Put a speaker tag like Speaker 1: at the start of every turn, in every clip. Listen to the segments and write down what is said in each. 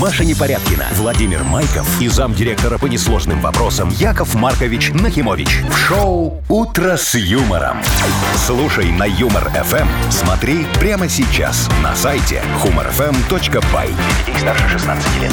Speaker 1: Маша Непорядкина, Владимир Майков и замдиректора по несложным вопросам Яков Маркович Нахимович. В шоу «Утро с юмором». Слушай на «Юмор-ФМ». Смотри прямо сейчас на сайте humorfm.by. Для детей старше 16 лет.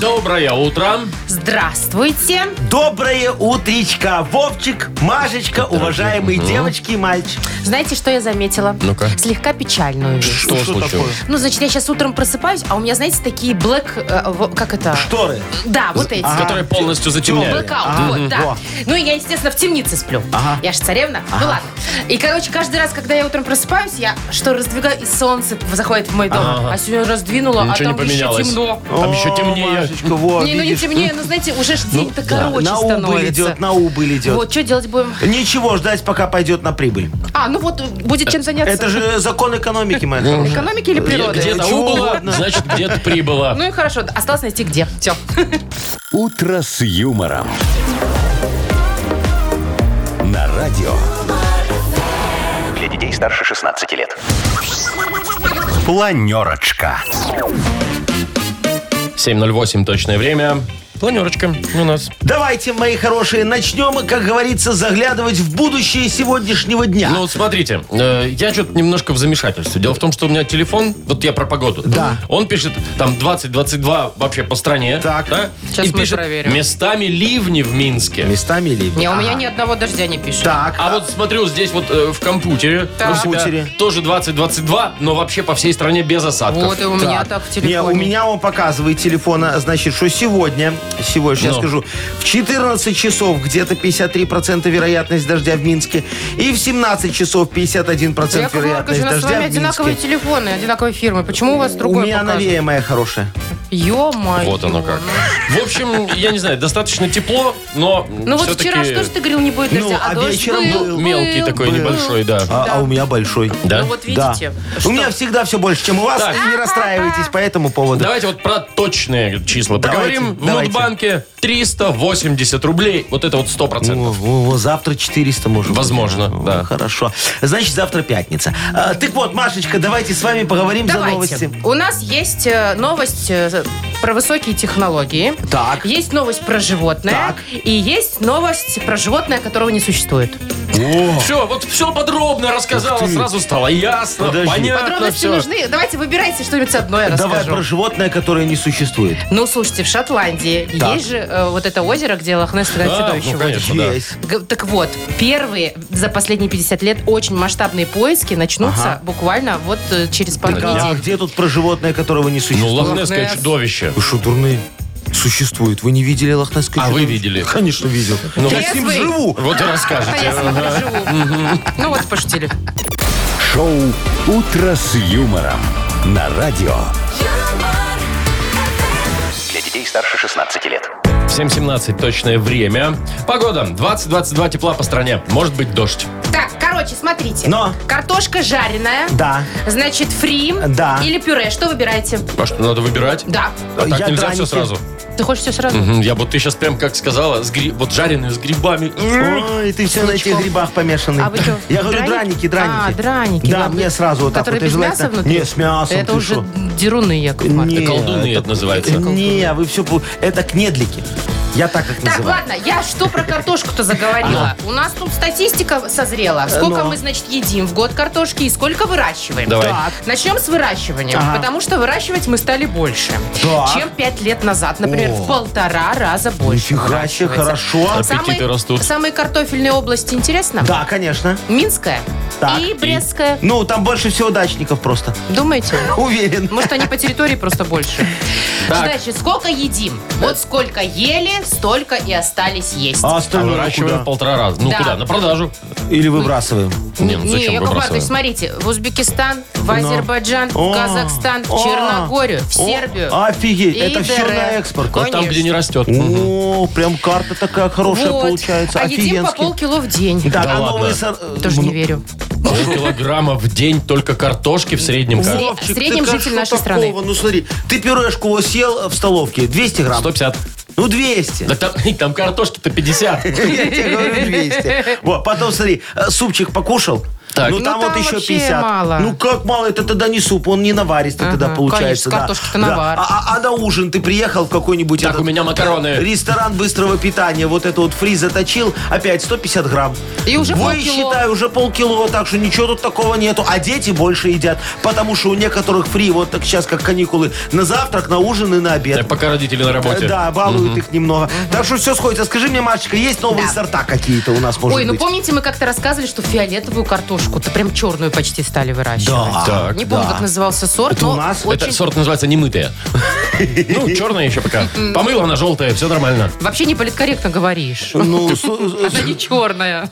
Speaker 2: Доброе утро.
Speaker 3: Здравствуйте.
Speaker 4: Доброе утречко, Вовчик, Машечка, уважаемые девочки и мальчики.
Speaker 3: Знаете, что я заметила?
Speaker 2: Ну-ка.
Speaker 3: Слегка печальную вещь.
Speaker 2: Что, случилось?
Speaker 3: Ну, значит, я сейчас утром просыпаюсь, а у меня, знаете, такие блэк... э, во- как это?
Speaker 4: Шторы.
Speaker 3: Да, вот эти.
Speaker 4: а,
Speaker 2: Которые полностью затемняют.
Speaker 3: Блэкаут, вот, да. Ну, и я, естественно, в темнице сплю. Я же царевна. Ну, ладно. И, короче, каждый раз, когда я утром просыпаюсь, я что раздвигаю, и солнце заходит в мой дом. А сегодня раздвинула, а
Speaker 2: Ничего не
Speaker 3: там еще
Speaker 2: поменялось.
Speaker 3: темно.
Speaker 2: Там еще
Speaker 4: О,
Speaker 2: темнее.
Speaker 4: Машечка, вот,
Speaker 3: Не, ну не
Speaker 4: видишь.
Speaker 3: темнее, но, знаете, уже ж день-то короче
Speaker 4: Ну, На убыль
Speaker 3: становится.
Speaker 4: идет, на убыль идет.
Speaker 3: Вот, что делать будем?
Speaker 4: Ничего, ждать, пока пойдет на прибыль.
Speaker 3: А, ну вот, будет чем заняться.
Speaker 4: Это же закон экономики, моя хорошая.
Speaker 3: Экономики или природы?
Speaker 2: Где-то
Speaker 4: Чего
Speaker 2: убыло,
Speaker 4: угодно.
Speaker 2: значит, где-то прибыло.
Speaker 3: Ну и хорошо, осталось найти где. Все.
Speaker 1: «Утро с юмором». На радио. Для детей старше 16 лет. Планерочка.
Speaker 2: 7.08 точное время. Планерочка у нас.
Speaker 4: Давайте, мои хорошие, начнем, как говорится, заглядывать в будущее сегодняшнего дня.
Speaker 2: Ну, вот смотрите, э, я что-то немножко в замешательстве. Дело в том, что у меня телефон, вот я про погоду.
Speaker 4: Да.
Speaker 2: Он пишет там 20-22 вообще по стране.
Speaker 4: Так.
Speaker 2: да?
Speaker 3: Сейчас
Speaker 2: И
Speaker 3: мы
Speaker 2: пишет,
Speaker 3: проверим.
Speaker 2: местами ливни в Минске.
Speaker 4: Местами ли?
Speaker 3: Не, у меня ни одного дождя не пишет.
Speaker 4: Так.
Speaker 2: А вот смотрю здесь вот э, в компьютере.
Speaker 3: Так.
Speaker 2: у себя
Speaker 4: Компьютере.
Speaker 2: Тоже 20-22, но вообще по всей стране без осадков.
Speaker 3: Вот и у меня так в телефоне.
Speaker 4: Не, у меня он показывает телефона, значит, что сегодня, сегодня, сейчас
Speaker 2: Ну.
Speaker 4: скажу, в 14 часов где-то 53% вероятность дождя в Минске и в 17 часов 51%
Speaker 3: Яков Маркович,
Speaker 4: вероятность
Speaker 3: у нас с
Speaker 4: дождя
Speaker 3: вами
Speaker 4: в Минске.
Speaker 3: одинаковые телефоны, одинаковые фирмы. Почему у вас
Speaker 4: У
Speaker 3: другой
Speaker 4: меня новее, моя хорошая.
Speaker 3: Ё-моё.
Speaker 2: Вот оно как. В общем, я не знаю, достаточно тепло, но
Speaker 3: Ну вот
Speaker 2: все-таки
Speaker 3: вчера что же ты говорил, не будет
Speaker 4: Ну,
Speaker 3: дождя? а
Speaker 4: а
Speaker 3: дождь
Speaker 4: вечером
Speaker 3: был,
Speaker 4: был.
Speaker 2: мелкий
Speaker 3: был,
Speaker 2: такой
Speaker 3: был.
Speaker 2: небольшой, да.
Speaker 4: А,
Speaker 3: Да.
Speaker 4: а у меня большой.
Speaker 2: Да?
Speaker 3: Ну вот
Speaker 4: Да.
Speaker 3: видите.
Speaker 4: У меня всегда все больше, чем у вас,
Speaker 2: Так.
Speaker 4: и не расстраивайтесь по этому поводу.
Speaker 2: Давайте вот про точные числа
Speaker 4: Давайте,
Speaker 2: поговорим. В
Speaker 4: давайте.
Speaker 2: Мудбанке 380 рублей. Вот это вот 100%.
Speaker 4: О, о, о, Ну, завтра 400 может быть.
Speaker 2: Возможно,
Speaker 4: О,
Speaker 2: да.
Speaker 4: Хорошо. Значит, завтра пятница. А, так вот, Машечка, давайте с вами поговорим за
Speaker 3: Давайте.
Speaker 4: новости.
Speaker 3: У нас есть э, новость э, про высокие технологии.
Speaker 4: Так.
Speaker 3: Есть новость про животное.
Speaker 4: Так.
Speaker 3: И есть новость про животное, которого не существует.
Speaker 2: Все, вот все подробно рассказала, сразу стало ясно,
Speaker 4: Подожди.
Speaker 2: понятно
Speaker 3: Подробности
Speaker 2: все.
Speaker 3: нужны. Давайте выбирайте что-нибудь одно, я
Speaker 4: Давай
Speaker 3: расскажу.
Speaker 4: про животное, которое не существует.
Speaker 3: Ну, слушайте, в Шотландии
Speaker 4: Так.
Speaker 3: есть же э, вот это озеро, где лохнесское
Speaker 2: Да,
Speaker 3: чудовище.
Speaker 2: ну, конечно, да.
Speaker 4: Есть.
Speaker 3: Г- Так вот, первые за последние 50 лет очень масштабные поиски начнутся
Speaker 4: Ага.
Speaker 3: буквально вот э, через пару
Speaker 2: Так,
Speaker 4: А
Speaker 3: недель.
Speaker 4: где тут про животное, которого не
Speaker 2: Ну,
Speaker 4: существует?
Speaker 2: лохнесское
Speaker 3: Лохнесс.
Speaker 2: чудовище.
Speaker 4: Вы что, дурные? Существует. Вы не видели лохнесское
Speaker 2: А вы
Speaker 4: чудовище?
Speaker 2: видели?
Speaker 4: Конечно, видел.
Speaker 2: Ну,
Speaker 4: Я с ним
Speaker 3: Трезвый.
Speaker 4: живу.
Speaker 2: Вот и
Speaker 3: А
Speaker 2: расскажете.
Speaker 3: я сама проживу. Ну вот пошутили.
Speaker 1: Шоу «Утро с юмором» на радио. Для детей старше 16 лет.
Speaker 2: 7.17 точное время. Погода. 20-22 тепла по стране. Может быть дождь.
Speaker 3: Так, короче, смотрите.
Speaker 4: Но.
Speaker 3: Картошка жареная.
Speaker 4: Да.
Speaker 3: Значит, фри.
Speaker 4: Да.
Speaker 3: Или пюре. Что выбираете?
Speaker 2: А что, надо выбирать?
Speaker 3: Да.
Speaker 2: А так
Speaker 4: Я
Speaker 2: нельзя
Speaker 4: драники.
Speaker 2: все сразу.
Speaker 3: Ты хочешь все сразу?
Speaker 2: Мгм, Я бы ты сейчас прям как сказала, с гри- вот жареную с грибами.
Speaker 4: Ой, ты все на этих
Speaker 3: Сучком.
Speaker 4: грибах помешанный.
Speaker 3: А вы что,
Speaker 4: Я говорю,
Speaker 3: драники?
Speaker 4: драники,
Speaker 3: А,
Speaker 4: драники.
Speaker 3: драники,
Speaker 4: Да,
Speaker 3: ладно.
Speaker 4: мне сразу вот так
Speaker 3: Которые
Speaker 4: вот. и
Speaker 3: без
Speaker 4: желательно-
Speaker 3: мяса внутри?
Speaker 4: Не, с мясом.
Speaker 3: Это
Speaker 4: ты
Speaker 3: уже
Speaker 4: что?
Speaker 3: деруны, Яков Маркович.
Speaker 4: Не,
Speaker 2: колдуны это называется. А
Speaker 4: Не, вы все... Это кнедлики. Я так их
Speaker 3: Так,
Speaker 4: называю.
Speaker 3: ладно, я что про картошку-то заговорила? У нас тут статистика созрела. Сколько
Speaker 4: Ну.
Speaker 3: мы, значит, едим в год картошки и сколько выращиваем?
Speaker 2: Давай.
Speaker 4: Так.
Speaker 3: Начнем с выращивания,
Speaker 4: Ага.
Speaker 3: потому что выращивать мы стали больше,
Speaker 4: Так.
Speaker 3: чем пять лет назад. Например,
Speaker 4: О.
Speaker 3: в полтора раза больше.
Speaker 4: Нифига себе,
Speaker 3: выращивается.
Speaker 4: хорошо.
Speaker 2: Аппетиты
Speaker 3: Самые-
Speaker 2: растут.
Speaker 3: Самые картофельные области, интересно?
Speaker 4: Да, конечно.
Speaker 3: Минская
Speaker 4: Так.
Speaker 3: и Брестская.
Speaker 4: Ну, там больше всего дачников просто.
Speaker 3: Думаете?
Speaker 4: Уверен.
Speaker 3: Может, они по территории просто больше.
Speaker 2: Так.
Speaker 3: Значит, сколько едим? Вот сколько ели, столько и остались есть.
Speaker 4: А
Speaker 2: А
Speaker 4: остальное
Speaker 2: выращиваем
Speaker 4: куда?
Speaker 2: в полтора раза. Ну
Speaker 3: Да.
Speaker 2: куда? На продажу.
Speaker 4: Или выбрасываем?
Speaker 2: Не, ну зачем
Speaker 3: Яков
Speaker 2: выбрасываем?
Speaker 3: Маркович, смотрите, в Узбекистан, в Азербайджан, в
Speaker 4: Ну. О,
Speaker 3: Казахстан, в
Speaker 4: о,
Speaker 3: Черногорию, в
Speaker 4: о, а,
Speaker 3: Сербию.
Speaker 4: Офигеть,
Speaker 3: И
Speaker 4: это все
Speaker 3: ДР.
Speaker 4: на экспорт.
Speaker 2: Вот там,
Speaker 3: Конечно.
Speaker 2: где не растет. Мгм.
Speaker 4: О, прям карта такая хорошая
Speaker 3: Вот.
Speaker 4: получается.
Speaker 3: А едим по
Speaker 4: офигенски.
Speaker 3: полкило в день.
Speaker 4: Да, ну,
Speaker 2: Да
Speaker 4: а
Speaker 2: ладно.
Speaker 4: новые сор-
Speaker 3: Тоже не
Speaker 4: М,
Speaker 3: верю.
Speaker 2: Полкилограмма в день только картошки в среднем. кажется.
Speaker 3: Сре-
Speaker 4: Вовчик,
Speaker 3: среднем
Speaker 4: ты как
Speaker 3: житель
Speaker 4: что
Speaker 3: нашей страны.
Speaker 4: такого? Ну смотри, ты пюрешку вот съел в столовке, 200 грамм.
Speaker 2: 150.
Speaker 4: Ну 200.
Speaker 2: Да там, там картошки-то 50.
Speaker 4: Я тебе говорю 200. Вот, потом смотри, э, супчик покушал,
Speaker 2: Так.
Speaker 4: Ну,
Speaker 3: Ну,
Speaker 4: там,
Speaker 3: там
Speaker 4: вот еще
Speaker 3: вообще
Speaker 4: 50.
Speaker 3: мало.
Speaker 4: Ну, как мало? Это тогда не суп, он не наваристый
Speaker 3: Ага,
Speaker 4: тогда получается.
Speaker 3: конечно,
Speaker 4: да.
Speaker 3: картошки-то
Speaker 4: Да.
Speaker 3: навар.
Speaker 4: А, а- а на ужин ты приехал в какой-нибудь... э,
Speaker 2: Так, у меня макароны.
Speaker 4: Ресторан быстрого питания. Вот это вот фри заточил. Опять 150 грамм.
Speaker 3: И уже
Speaker 4: Вы
Speaker 3: полкило.
Speaker 4: считай, уже полкило. Так что ничего тут такого нету. А дети больше едят. Потому что у некоторых фри, вот так сейчас как каникулы, на завтрак, на ужин и на обед.
Speaker 2: Э, Пока родители на работе.
Speaker 4: Да, балуют их немного. Так что все сходится. Скажи мне, Машечка, есть новые
Speaker 3: Да.
Speaker 4: сорта какие-то у нас, может
Speaker 3: Ой, ну
Speaker 4: быть?
Speaker 3: помните, мы как-то рассказывали, что фиолетовую картошку, то прям черную почти стали выращивать.
Speaker 4: Да.
Speaker 2: Так.
Speaker 3: Не помню, как назывался сорт,
Speaker 4: Это
Speaker 3: но
Speaker 4: у нас?
Speaker 3: очень...
Speaker 2: Это сорт называется немытая. Ну, черная еще пока.
Speaker 3: М-м.
Speaker 2: Помыла она желтая, все нормально.
Speaker 3: Вообще не политкорректно говоришь.
Speaker 4: Ну, су-
Speaker 3: Она не черная.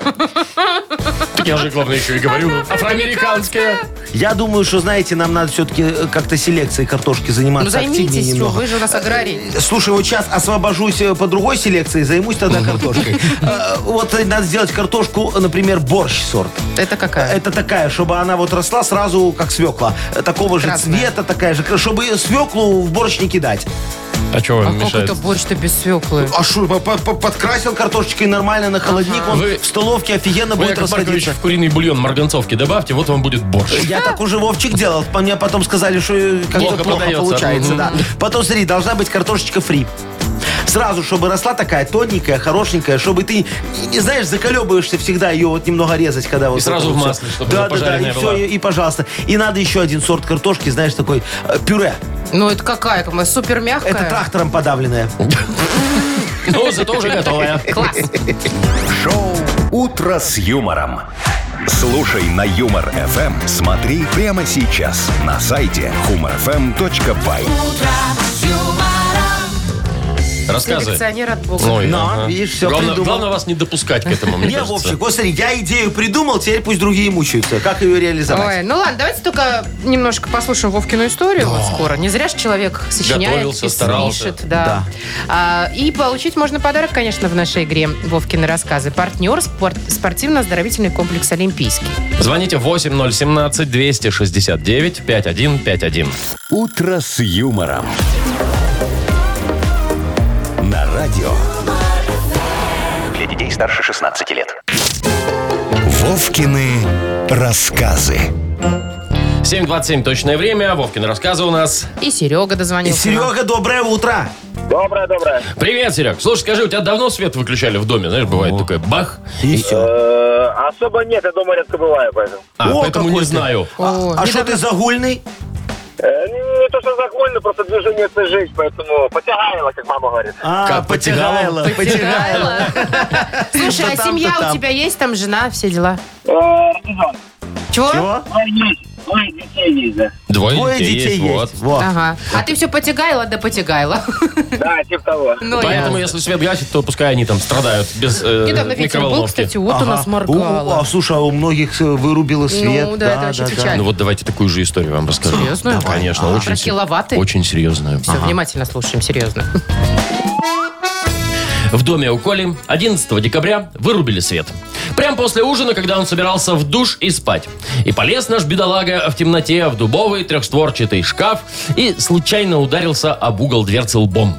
Speaker 2: Так я же, главное, еще и говорю. Афроамериканская.
Speaker 4: Я думаю, что, знаете, нам надо все-таки как-то селекцией картошки
Speaker 3: Ну
Speaker 4: заниматься активнее
Speaker 3: займитесь, всё,
Speaker 4: немного. Э,
Speaker 3: вы же у нас аграрий.
Speaker 4: Слушай, вот сейчас освобожусь э, по другой селекции, займусь тогда картошкой. Э, Вот э, надо сделать картошку, э, например, борщ сорт.
Speaker 3: Это какая?
Speaker 4: Это такая, чтобы она вот росла сразу, как свекла. Э, Такого же
Speaker 3: Красная.
Speaker 4: цвета, такая же. Чтобы свеклу в борщ не кидать.
Speaker 2: А что
Speaker 3: А
Speaker 2: вам
Speaker 3: как
Speaker 2: мешает?
Speaker 3: это борщ-то без свеклы?
Speaker 4: А что, подкрасил картошечкой нормально на холодник, он
Speaker 2: Вы-
Speaker 4: в столовке офигенно
Speaker 2: Вы,
Speaker 4: будет
Speaker 2: Яков Маркович,
Speaker 4: расходиться.
Speaker 2: в куриный бульон марганцовки добавьте, вот вам будет борщ.
Speaker 4: Я так уже Вовчик делал. По мне потом сказали, что э, как-то
Speaker 2: Плохо
Speaker 4: плохо,
Speaker 2: подается.
Speaker 4: получается.
Speaker 2: Мгм.
Speaker 4: Да. Потом, смотри, должна быть картошечка фри. Сразу, чтобы росла такая тоненькая, хорошенькая, чтобы ты, не знаешь, заколебываешься всегда ее вот немного резать, когда вот... это
Speaker 2: сразу
Speaker 4: вот
Speaker 2: в
Speaker 4: всё.
Speaker 2: масле, чтобы она
Speaker 4: да, да, да, и
Speaker 2: пожаренная
Speaker 4: все,
Speaker 2: была.
Speaker 4: и, и пожалуйста. И надо еще один сорт картошки, знаешь, такой э, пюре.
Speaker 3: Ну это какая? какая, Супер мягкая?
Speaker 4: Это трактором подавленное.
Speaker 2: Но Ну, зато уже готовая.
Speaker 3: Класс.
Speaker 1: Шоу «Утро с юмором». Слушай на Юмор ФМ. Смотри прямо сейчас на сайте humorfm.by.
Speaker 2: Рассказывай.
Speaker 3: Коллекционер от Бога.
Speaker 2: Ой,
Speaker 4: Но,
Speaker 2: ага.
Speaker 4: видишь, всё
Speaker 2: главное,
Speaker 4: придумал.
Speaker 2: главное вас не допускать к этому, мне
Speaker 4: Не,
Speaker 2: кажется.
Speaker 4: Вовчик, вот смотри, я идею придумал, теперь пусть другие мучаются. Как ее реализовать?
Speaker 3: Ой, ну ладно, давайте только немножко послушаем Вовкину историю вот скоро. Не зря же человек сочиняет,
Speaker 2: Готовился,
Speaker 3: и
Speaker 2: старался.
Speaker 3: пишет, да. А, и получить можно подарок, конечно, в нашей игре Вовкины рассказы. Партнер спорт- спортивно-оздоровительный комплекс Олимпийский.
Speaker 2: Звоните 8017-269-5151.
Speaker 1: «Утро с юмором». На радио.
Speaker 5: Для детей старше 16 лет.
Speaker 1: Вовкины рассказы.
Speaker 2: 7.27 точное время. Вовкин рассказы у нас.
Speaker 3: И Серега дозвонился. нам.
Speaker 4: Серега, доброе утро.
Speaker 6: Доброе, доброе.
Speaker 2: Привет, Серег. Слушай, скажи, у тебя давно свет выключали в доме? Знаешь, бывает такой бах.
Speaker 4: И все.
Speaker 6: Э, особо нет, я дома редко бываю, поэтому.
Speaker 2: А,
Speaker 4: О,
Speaker 2: поэтому не
Speaker 4: какой ты.
Speaker 2: знаю.
Speaker 3: О,
Speaker 4: А что ты загульный?
Speaker 6: Э, не то, что загольно, просто движение это жизнь, поэтому потягаяло, как мама говорит.
Speaker 4: А,
Speaker 2: Как потягало?
Speaker 4: потягало.
Speaker 3: Слушай, а
Speaker 4: То там, то
Speaker 3: семья у
Speaker 4: там.
Speaker 3: тебя есть? Там жена, все дела?
Speaker 6: Э, Родион,
Speaker 3: Чего?
Speaker 4: Чего?
Speaker 6: двое есть, двое детей есть, да.
Speaker 2: Двое,
Speaker 4: Двое детей
Speaker 2: Вот.
Speaker 4: есть. Вот.
Speaker 3: Ага. А ты все потягайла, да потягайла.
Speaker 6: Да, типа того.
Speaker 3: Ну,
Speaker 2: Поэтому,
Speaker 3: я-
Speaker 2: если свет гасит, то пускай они там страдают без э,
Speaker 3: Недавно ветер был,
Speaker 2: микроволновки.
Speaker 3: кстати, вот у
Speaker 4: Ага.
Speaker 3: нас
Speaker 4: У- у-
Speaker 3: моргало.
Speaker 4: А слушай, а у многих э, вырубило свет.
Speaker 3: да, это очень печально.
Speaker 2: Ну вот давайте такую же историю вам расскажу.
Speaker 3: Серьезную? А,
Speaker 2: Да, конечно, очень,
Speaker 3: Про
Speaker 2: се-
Speaker 3: киловатты?
Speaker 2: очень серьезную.
Speaker 3: Все, внимательно слушаем, серьезно.
Speaker 2: В доме у Коли 11 декабря вырубили свет. Прям после ужина, когда он собирался в душ и спать. И полез наш бедолага в темноте в дубовый трехстворчатый шкаф и случайно ударился об угол дверцы лбом.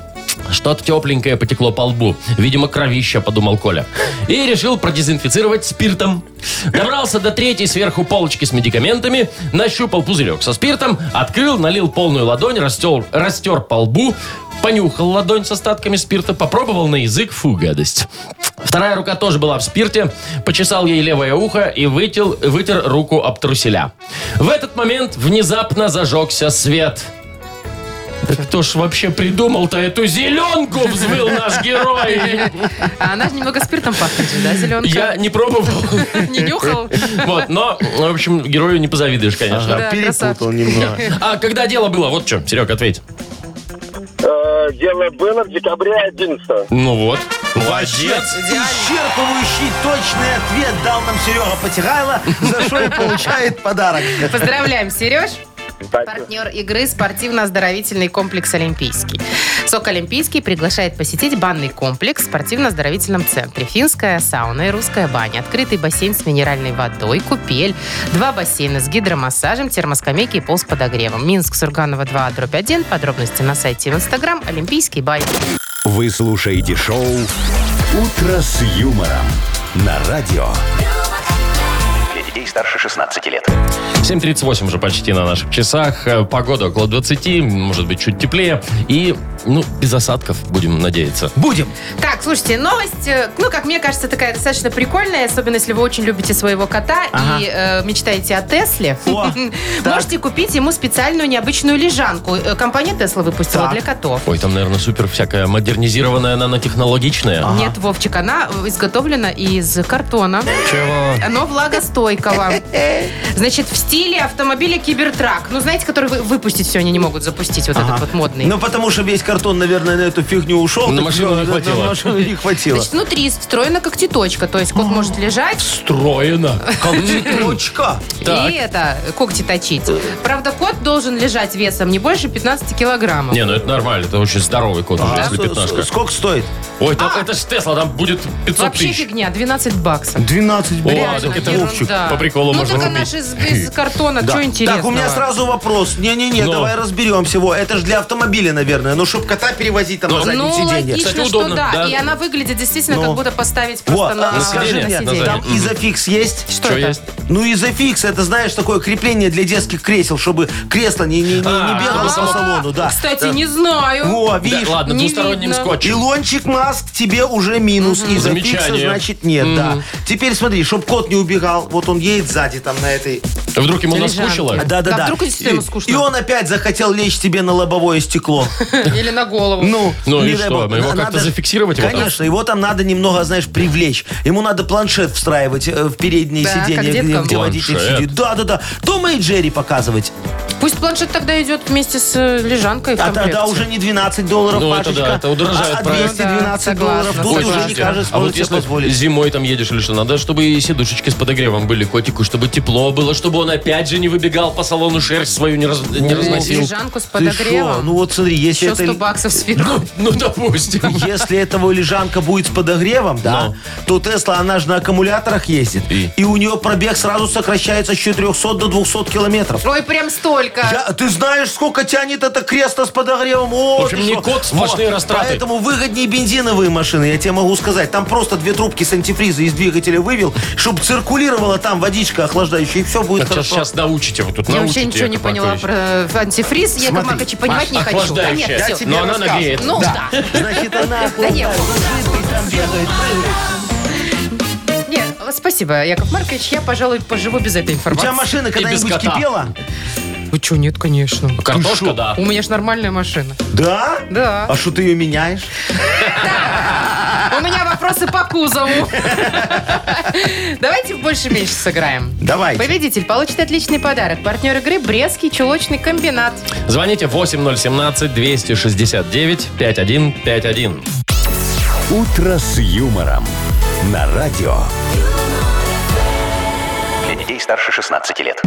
Speaker 2: Что-то тепленькое потекло по лбу. Видимо, кровища, подумал Коля. И решил продезинфицировать спиртом. Добрался до третьей сверху полочки с медикаментами, нащупал пузырек со спиртом, открыл, налил полную ладонь, растер, растер по лбу, понюхал ладонь с остатками спирта, попробовал на язык, фу, гадость. Вторая рука тоже была в спирте, почесал ей левое ухо и вытел, вытер руку об труселя. В этот момент внезапно зажегся свет. Да кто ж вообще придумал-то эту зеленку, взвыл наш герой.
Speaker 3: А она же немного спиртом пахнет, же, да, зеленка?
Speaker 2: Я не пробовал.
Speaker 3: не нюхал.
Speaker 2: Вот, но, в общем, герою не позавидуешь, конечно.
Speaker 3: Да, красавчик.
Speaker 4: Перепутал немного.
Speaker 2: А когда дело было? Вот что, Серег, ответь.
Speaker 6: Э, дело было в декабре 11
Speaker 2: Ну вот. Молодец.
Speaker 4: Исчерпывающий точный ответ дал нам Серега Потягайло, за что и получает подарок.
Speaker 3: Поздравляем, Сереж. Партнер игры спортивно-оздоровительный комплекс «Олимпийский». СОК «Олимпийский» приглашает посетить банный комплекс в спортивно-оздоровительном центре. Финская сауна и русская баня, открытый бассейн с минеральной водой, купель, два бассейна с гидромассажем, термоскамейки и пол с подогревом. Минск, Сурганова 2, дробь 1. Подробности на сайте и в Инстаграм «Олимпийский бай».
Speaker 1: Вы слушаете шоу «Утро с юмором» на радио.
Speaker 5: Для детей детей старше 16 лет.
Speaker 2: 7.38 уже почти на наших часах. Э, Погода около 20, может быть, чуть теплее. И, ну, без осадков, будем надеяться.
Speaker 4: Будем.
Speaker 3: Так, слушайте, новость, э, ну, как мне кажется, такая достаточно прикольная, особенно если вы очень любите своего кота
Speaker 4: Ага.
Speaker 3: и э, мечтаете о Тесле.
Speaker 4: О, так.
Speaker 3: Можете купить ему специальную необычную лежанку. Э, Компания Тесла выпустила
Speaker 4: Так.
Speaker 3: для котов.
Speaker 2: Ой, там, наверное, супер всякая модернизированная нанотехнологичная.
Speaker 3: Нет, Вовчик, она э, изготовлена из картона.
Speaker 2: Чего?
Speaker 3: Оно влагостойкого. Значит, в стиле автомобиля Кибертрак. Ну, знаете, который вы- выпустить все они не могут запустить, вот этот вот модный.
Speaker 4: Ну, потому что весь картон, наверное, на эту фигню ушел.
Speaker 2: На
Speaker 4: так
Speaker 2: машину
Speaker 4: всё,
Speaker 2: не хватило.
Speaker 4: На машину не хватило.
Speaker 3: Значит, внутри встроена как теточка, то есть кот может лежать
Speaker 2: Строено.
Speaker 4: Точка.
Speaker 2: Так.
Speaker 3: и это, э, когти точить. Правда, кот должен лежать весом не больше 15 килограммов.
Speaker 2: Не, ну это нормально, это очень здоровый кот уже, если пятнашка.
Speaker 4: А, Сколько стоит?
Speaker 2: Ой, там, это ж Тесла, там будет 500
Speaker 3: Вообще
Speaker 2: тысяч.
Speaker 3: фигня, 12 баксов.
Speaker 4: 12
Speaker 2: О,
Speaker 4: блядь.
Speaker 2: а, так это
Speaker 3: ерунда.
Speaker 2: Вовчик, по приколу
Speaker 3: ну,
Speaker 2: можно
Speaker 3: так
Speaker 2: купить.
Speaker 3: она же из, из картона,
Speaker 4: Да.
Speaker 3: что ну, интересного?
Speaker 4: Так, у меня сразу вопрос. Не-не-не,
Speaker 2: Но.
Speaker 4: давай разберемся. Во, это же для автомобиля, наверное. Ну, чтоб кота перевозить там на заднем
Speaker 3: Ну,
Speaker 4: сиденье.
Speaker 3: логично,
Speaker 2: Кстати,
Speaker 3: что
Speaker 2: удобно,
Speaker 3: да.
Speaker 2: да.
Speaker 3: И она выглядит действительно,
Speaker 4: Ну.
Speaker 3: как будто поставить
Speaker 4: Вот,
Speaker 3: просто на,
Speaker 4: а,
Speaker 3: на
Speaker 4: скажи
Speaker 2: мне, на
Speaker 3: сиденье.
Speaker 4: Там изофикс есть?
Speaker 3: Что
Speaker 2: Чё
Speaker 3: это?
Speaker 2: есть?
Speaker 4: Ну, изофикс, это, знаешь, такое крепление для детских кресел, чтобы кресло не, не, не- не
Speaker 2: А,
Speaker 4: бегало
Speaker 2: чтобы
Speaker 4: по салону. Да.
Speaker 3: Кстати, ну,
Speaker 4: Да. Ну.
Speaker 3: не знаю.
Speaker 4: Во,
Speaker 2: Да,
Speaker 4: видишь,
Speaker 2: ладно,
Speaker 3: не
Speaker 2: двусторонним
Speaker 3: видно.
Speaker 2: скотчем.
Speaker 4: Илончик Маск тебе уже минус. И зафикса,
Speaker 2: Замечание.
Speaker 4: значит, нет, да. Теперь смотри, чтоб кот не убегал, вот он едет сзади там на этой...
Speaker 2: Вдруг ему
Speaker 3: Лежанки.
Speaker 2: наскучило?
Speaker 4: Да, да, да.
Speaker 3: Да А вдруг действительно
Speaker 4: И-
Speaker 3: скучно.
Speaker 4: И он опять захотел лечь тебе на лобовое стекло.
Speaker 3: Или на голову.
Speaker 4: Ну,
Speaker 2: Ну
Speaker 4: не
Speaker 2: и
Speaker 4: дай
Speaker 2: что,
Speaker 4: бог.
Speaker 2: мы его
Speaker 4: На-
Speaker 2: как-то
Speaker 4: надо-
Speaker 2: зафиксировать его там?
Speaker 4: Конечно, его там надо немного, знаешь, привлечь. Ему надо планшет встраивать э, в переднее
Speaker 3: Да, как
Speaker 4: сиденье, где,
Speaker 3: деткам.
Speaker 4: где водитель
Speaker 2: Планшет.
Speaker 4: сидит. Да, да, да. Тома и Джерри показывать.
Speaker 3: Пусть планшет тогда идет вместе с э, лежанкой в
Speaker 4: А
Speaker 3: комплекте.
Speaker 4: тогда уже не 12 долларов,
Speaker 2: Ну, это
Speaker 4: Пашечка,
Speaker 2: да, это удорожает
Speaker 4: а
Speaker 2: проект.
Speaker 3: Ну
Speaker 4: 212
Speaker 3: да,
Speaker 4: долларов.
Speaker 3: согласна,
Speaker 4: Тут
Speaker 2: Ой,
Speaker 4: уже не
Speaker 2: слушайте,
Speaker 3: согласна.
Speaker 4: каждый
Speaker 2: а
Speaker 4: сможет
Speaker 2: вот
Speaker 4: себе
Speaker 2: если
Speaker 4: позволить.
Speaker 2: зимой там едешь или что, надо, чтобы и сидушечки с подогревом были котику, чтобы тепло было, чтобы он опять же не выбегал по салону шерсть свою не, раз- не разносил.
Speaker 3: Лежанку с
Speaker 4: Ты что?
Speaker 3: подогревом.
Speaker 4: Ну вот смотри, если
Speaker 3: Еще 100
Speaker 4: это...
Speaker 3: баксов сверху.
Speaker 2: Ну, допустим.
Speaker 4: Если этого лежанка будет с подогревом, да, то Тесла, она же на аккумуляторах ездит.
Speaker 2: И?
Speaker 4: И, у нее пробег сразу сокращается с 400 до 200 километров.
Speaker 3: Ой, прям столько.
Speaker 4: Я- ты знаешь, сколько тянет это кресло с подогревом? О,
Speaker 2: В общем,
Speaker 4: ты
Speaker 2: не
Speaker 4: шо?
Speaker 2: кот, сплошные
Speaker 4: Во,
Speaker 2: растраты.
Speaker 4: Поэтому выгоднее бензиновые машины, я тебе могу сказать. Там просто две трубки с антифриза из двигателя вывел, чтобы циркулировала там водичка охлаждающая, и все будет
Speaker 2: Сейчас,
Speaker 4: хорошо.
Speaker 2: сейчас научите, вот тут
Speaker 3: Я
Speaker 2: научите.
Speaker 3: вообще ничего не
Speaker 2: Яков
Speaker 3: поняла
Speaker 2: Маркович.
Speaker 3: про э, антифриз. Я
Speaker 4: Смотри,
Speaker 3: Маркович, понимать не хочу. Да
Speaker 2: охлаждающая.
Speaker 3: нет,
Speaker 2: Я
Speaker 3: всё.
Speaker 2: тебе Но она
Speaker 4: рассказывал.
Speaker 2: нагреет.
Speaker 3: Ну да.
Speaker 4: Значит, она
Speaker 3: Да нет.
Speaker 4: там бегает.
Speaker 3: Нет, спасибо, Яков Маркович. Я, пожалуй, поживу без этой
Speaker 4: У тебя
Speaker 3: информации.
Speaker 4: машина когда-нибудь
Speaker 2: без кота.
Speaker 4: кипела?
Speaker 3: Вы что, нет, конечно.
Speaker 2: Картошка, да.
Speaker 3: У меня ж нормальная машина.
Speaker 4: Да?
Speaker 3: Да.
Speaker 4: А что ты ее меняешь?
Speaker 3: У меня вопросы по кузову. Давайте в больше-меньше сыграем.
Speaker 4: Давайте.
Speaker 3: Победитель получит отличный подарок. Партнер игры Брестский чулочный комбинат.
Speaker 2: Звоните 8017-269-5151.
Speaker 1: «Утро с юмором» на радио.
Speaker 5: Для детей старше 16 лет.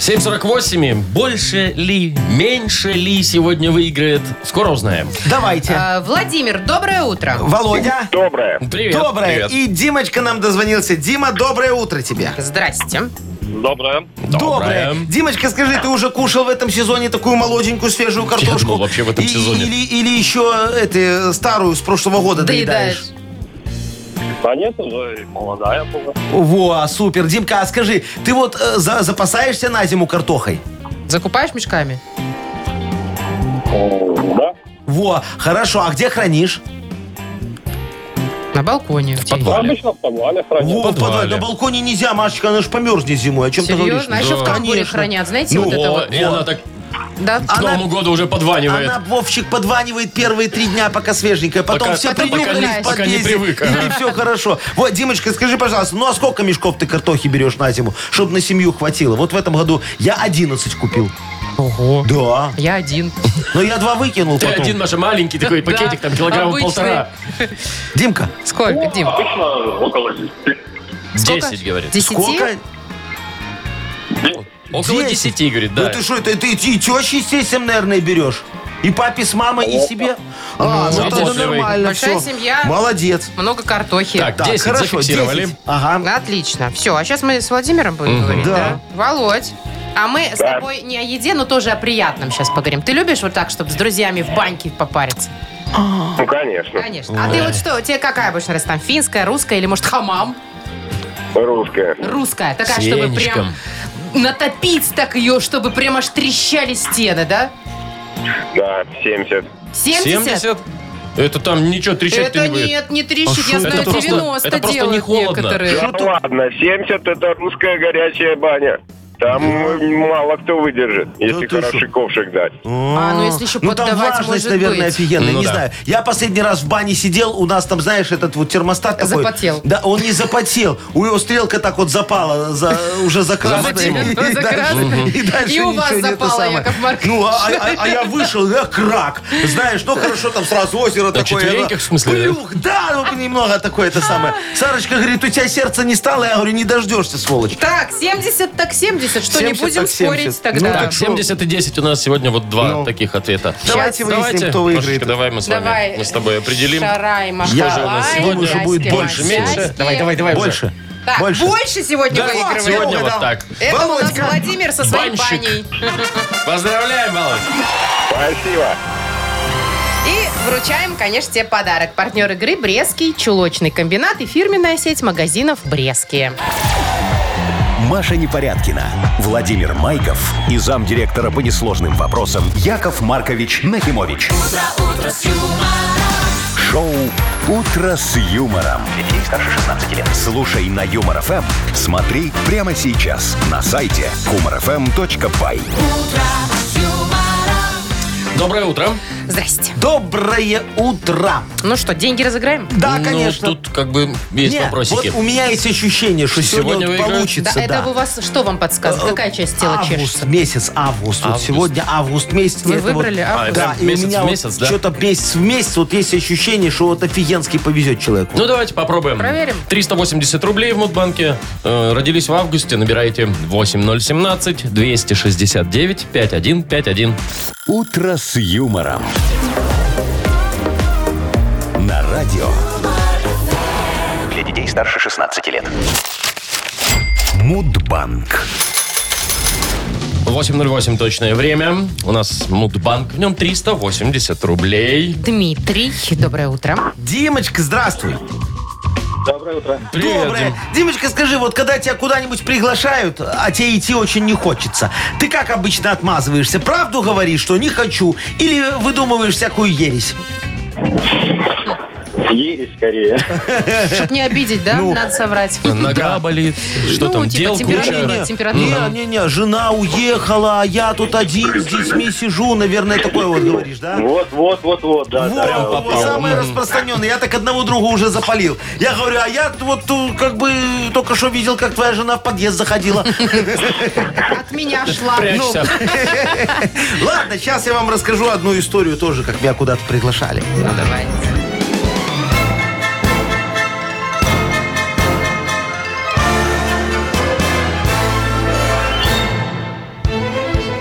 Speaker 2: 748. Больше ли, меньше ли сегодня выиграет? Скоро узнаем.
Speaker 4: Давайте.
Speaker 3: А, Владимир, доброе утро.
Speaker 4: Володя.
Speaker 6: Доброе.
Speaker 2: Привет.
Speaker 4: Доброе.
Speaker 2: Привет.
Speaker 4: И Димочка нам дозвонился. Дима, доброе утро тебе.
Speaker 3: Здрасте.
Speaker 6: Доброе.
Speaker 2: Доброе.
Speaker 4: Димочка, скажи, ты уже кушал в этом сезоне такую молоденькую свежую
Speaker 2: Я
Speaker 4: картошку?
Speaker 2: думал, вообще в этом
Speaker 4: И-
Speaker 2: сезоне.
Speaker 4: Или, или еще эти, старую с прошлого года доедаешь?
Speaker 3: Доедаешь.
Speaker 6: Да А нет, уже и молодая была.
Speaker 4: Во, супер. Димка, а скажи, ты вот э, за- запасаешься на зиму картохой?
Speaker 3: Закупаешь мешками?
Speaker 6: М, Да.
Speaker 4: Во, хорошо. А где хранишь?
Speaker 3: На балконе. где
Speaker 2: подвале. Валя.
Speaker 6: Обычно в подвале хранят.
Speaker 4: Во, в
Speaker 2: подвале.
Speaker 4: подвале. На балконе нельзя, Машечка, она же померзнет зимой. О чем ты говоришь?
Speaker 3: Серьезно? А еще в тамбуре
Speaker 4: Конечно.
Speaker 3: хранят. Знаете,
Speaker 4: Ну,
Speaker 3: вот это
Speaker 2: О,
Speaker 3: вот.
Speaker 2: и она так
Speaker 3: Да?
Speaker 2: к
Speaker 4: Она-
Speaker 2: Новому году уже подванивает.
Speaker 4: Она, Вовчик, подванивает первые три дня, пока свеженькая. Потом
Speaker 2: Пока-
Speaker 4: все
Speaker 2: Потом
Speaker 4: принюхались
Speaker 3: пока-
Speaker 4: в
Speaker 2: пока не
Speaker 4: подъезде,
Speaker 2: привык,
Speaker 4: И
Speaker 2: ага.
Speaker 4: все хорошо. Вот, Димочка, скажи, пожалуйста, ну а сколько мешков ты картохи берешь на зиму, чтобы на семью хватило? Вот в этом году я 11 купил.
Speaker 3: Ого.
Speaker 4: Да.
Speaker 3: Я один.
Speaker 4: Но я два выкинул
Speaker 2: Ты
Speaker 4: потом.
Speaker 2: один, Маша, маленький такой
Speaker 3: Да,
Speaker 2: пакетик, там килограмма
Speaker 3: обычный.
Speaker 2: полтора.
Speaker 4: Димка,
Speaker 3: Сколько, Дим?
Speaker 6: Обычно около 10.
Speaker 3: Сколько?
Speaker 2: Десять, говорит.
Speaker 3: Десяти?
Speaker 4: сколько?
Speaker 2: Около
Speaker 4: Десять?
Speaker 2: десяти, говорит, да.
Speaker 4: Ну ты что, это ты и тещи, естественно, наверное, берешь. И папе с мамой, и себе. А,
Speaker 2: Ну,
Speaker 4: ну тогда
Speaker 2: заботливый.
Speaker 4: нормально.
Speaker 3: Большая
Speaker 4: всё.
Speaker 3: семья.
Speaker 4: Молодец.
Speaker 3: Много картохи.
Speaker 2: Так,
Speaker 4: Так,
Speaker 2: 10
Speaker 4: хорошо,
Speaker 2: зафиксировали.
Speaker 4: 10. Ага.
Speaker 3: Отлично. Все, а сейчас мы с Владимиром будем говорить, да.
Speaker 4: Да.
Speaker 3: Володь, а мы с тобой не о еде, но тоже о приятном сейчас поговорим. Ты любишь вот так, чтобы с друзьями в баньке попариться?
Speaker 6: Ну, конечно.
Speaker 3: Конечно. А ты вот что, тебе какая больше нравится? Там финская, русская или, может, хамам?
Speaker 6: Русская.
Speaker 3: Русская, такая,
Speaker 2: С
Speaker 3: чтобы
Speaker 2: веничком.
Speaker 3: прям натопить так ее, чтобы прям аж трещали стены, да?
Speaker 6: Да, 70.
Speaker 3: 70?
Speaker 2: Это там ничего трещать-то
Speaker 3: Это
Speaker 2: не будет.
Speaker 3: нет, не трещит, я
Speaker 2: шо?
Speaker 3: знаю,
Speaker 2: Это просто-
Speaker 3: 90
Speaker 2: это просто не
Speaker 3: делают
Speaker 2: холодно. А.
Speaker 3: некоторые.
Speaker 6: Ну, Ладно, 70 это русская горячая баня. Там мало кто выдержит, если
Speaker 4: ты
Speaker 6: хороший
Speaker 4: шо?
Speaker 6: ковшик дать.
Speaker 3: А, ну если еще
Speaker 4: Ну там
Speaker 3: поддавать,
Speaker 4: влажность,
Speaker 3: может
Speaker 4: наверное,
Speaker 3: быть.
Speaker 4: офигенная,
Speaker 2: Ну
Speaker 4: не
Speaker 2: да.
Speaker 4: знаю. Я последний раз в бане сидел, у нас там, знаешь, этот вот термостат такой.
Speaker 3: Запотел.
Speaker 4: Да, он не запотел. У его стрелка так вот запала, за- уже за красное.
Speaker 3: Запотела, за красное. И у вас
Speaker 4: ничего не это
Speaker 3: запала,
Speaker 4: самое.
Speaker 3: Яков Маркович.
Speaker 4: Ну, а- а а я вышел, я крак. Знаешь, ну хорошо, там сразу озеро такое.
Speaker 2: четвереньках, в смысле?
Speaker 4: Плюх, да, ну, немного такое это самое. Сарочка говорит, у тебя сердце не стало. Я говорю, не дождешься, сволочь.
Speaker 3: Так, 70 так 70, что не
Speaker 4: 70
Speaker 3: будем
Speaker 4: так 70.
Speaker 3: спорить тогда.
Speaker 4: Ну
Speaker 2: Так, 70 и 10 у нас сегодня вот два
Speaker 4: Ну.
Speaker 2: таких ответа.
Speaker 4: Давайте
Speaker 2: Давайте,
Speaker 4: выясним, кто выиграет.
Speaker 2: Машечка, давай мы с вами,
Speaker 3: Давай.
Speaker 2: мы с тобой определим.
Speaker 3: Шарай, махалай,
Speaker 4: Я же у
Speaker 2: нас сегодня
Speaker 3: ляски,
Speaker 2: будет больше,
Speaker 3: мосяски.
Speaker 2: меньше.
Speaker 4: Давай, давай, давай. Больше.
Speaker 3: Так, больше,
Speaker 4: Больше.
Speaker 3: сегодня
Speaker 2: Да,
Speaker 3: выигрываем.
Speaker 2: сегодня вот так.
Speaker 3: Это у нас
Speaker 4: Володька.
Speaker 3: Владимир со своей
Speaker 2: Банщик.
Speaker 3: баней.
Speaker 2: Поздравляем, Володь.
Speaker 6: Спасибо.
Speaker 3: И вручаем, конечно, тебе подарок. Партнер игры «Брестский чулочный комбинат» и фирменная сеть магазинов «Брестские».
Speaker 1: Маша Непорядкина, Владимир Майков и замдиректора по несложным вопросам Яков Маркович Нахимович. Шоу Утро с юмором.
Speaker 5: Для детей старше 16 лет.
Speaker 1: Слушай на юмор ФМ, смотри прямо сейчас на сайте humorfm.by.
Speaker 2: Доброе утро.
Speaker 3: Здрасте.
Speaker 4: Доброе утро.
Speaker 3: Ну что, деньги разыграем?
Speaker 4: Да,
Speaker 2: Ну,
Speaker 4: конечно.
Speaker 2: тут как бы есть
Speaker 4: Не,
Speaker 2: вопросики.
Speaker 4: Вот у меня есть ощущение, что сегодня,
Speaker 2: сегодня
Speaker 4: вот
Speaker 2: выиграют?
Speaker 4: получится. Да, Э,
Speaker 3: это у вас что вам подсказывает? Какая часть тела
Speaker 4: август,
Speaker 3: чешется?
Speaker 4: месяц, август. Вот
Speaker 2: Август.
Speaker 4: сегодня август месяц.
Speaker 3: Вы
Speaker 4: это вот-
Speaker 3: выбрали
Speaker 2: А,
Speaker 3: август?
Speaker 2: это
Speaker 4: Да, и
Speaker 2: месяц
Speaker 4: у меня
Speaker 2: в месяц, да?
Speaker 4: что-то месяц в месяц вот есть ощущение, что вот офигенски повезет человеку.
Speaker 2: Ну, давайте попробуем.
Speaker 3: Проверим.
Speaker 2: 380 рублей в Мудбанке. Э, родились в августе. Набирайте 8017-269-5151.
Speaker 1: Утро с юмором. На радио
Speaker 5: Для детей старше 16 лет.
Speaker 1: Мудбанк.
Speaker 2: 8.08 точное время. У нас Мудбанк. В нем 380 рублей.
Speaker 3: Дмитрий, доброе утро.
Speaker 4: Димочка, здравствуй.
Speaker 6: Доброе утро.
Speaker 2: Привет,
Speaker 4: Доброе.
Speaker 2: Дим.
Speaker 4: Димочка, скажи, вот когда тебя куда-нибудь приглашают, а тебе идти очень не хочется, ты как обычно отмазываешься? Правду говоришь, что не хочу? Или выдумываешь всякую ересь?
Speaker 6: Ересь скорее.
Speaker 3: Чтоб не обидеть, да? Надо соврать.
Speaker 2: э, Нога болит, что
Speaker 3: Ну,
Speaker 2: там,
Speaker 3: типа
Speaker 2: дел
Speaker 3: температура.
Speaker 2: куча.
Speaker 3: температура.
Speaker 4: Не-не-не, жена уехала, а я тут один с детьми сижу. Наверное, такое вот говоришь, да?
Speaker 6: Вот, вот, вот, вот, да,
Speaker 4: Вот,
Speaker 6: да.
Speaker 4: вот, самое распространенное. Я так одному другу уже запалил. Я говорю, а я вот э, как бы только что видел, как твоя жена в подъезд заходила.
Speaker 3: От меня шла. Ну,
Speaker 2: Прячься.
Speaker 4: Ладно, сейчас я вам расскажу одну историю тоже, как меня куда-то приглашали.
Speaker 3: ну, давай.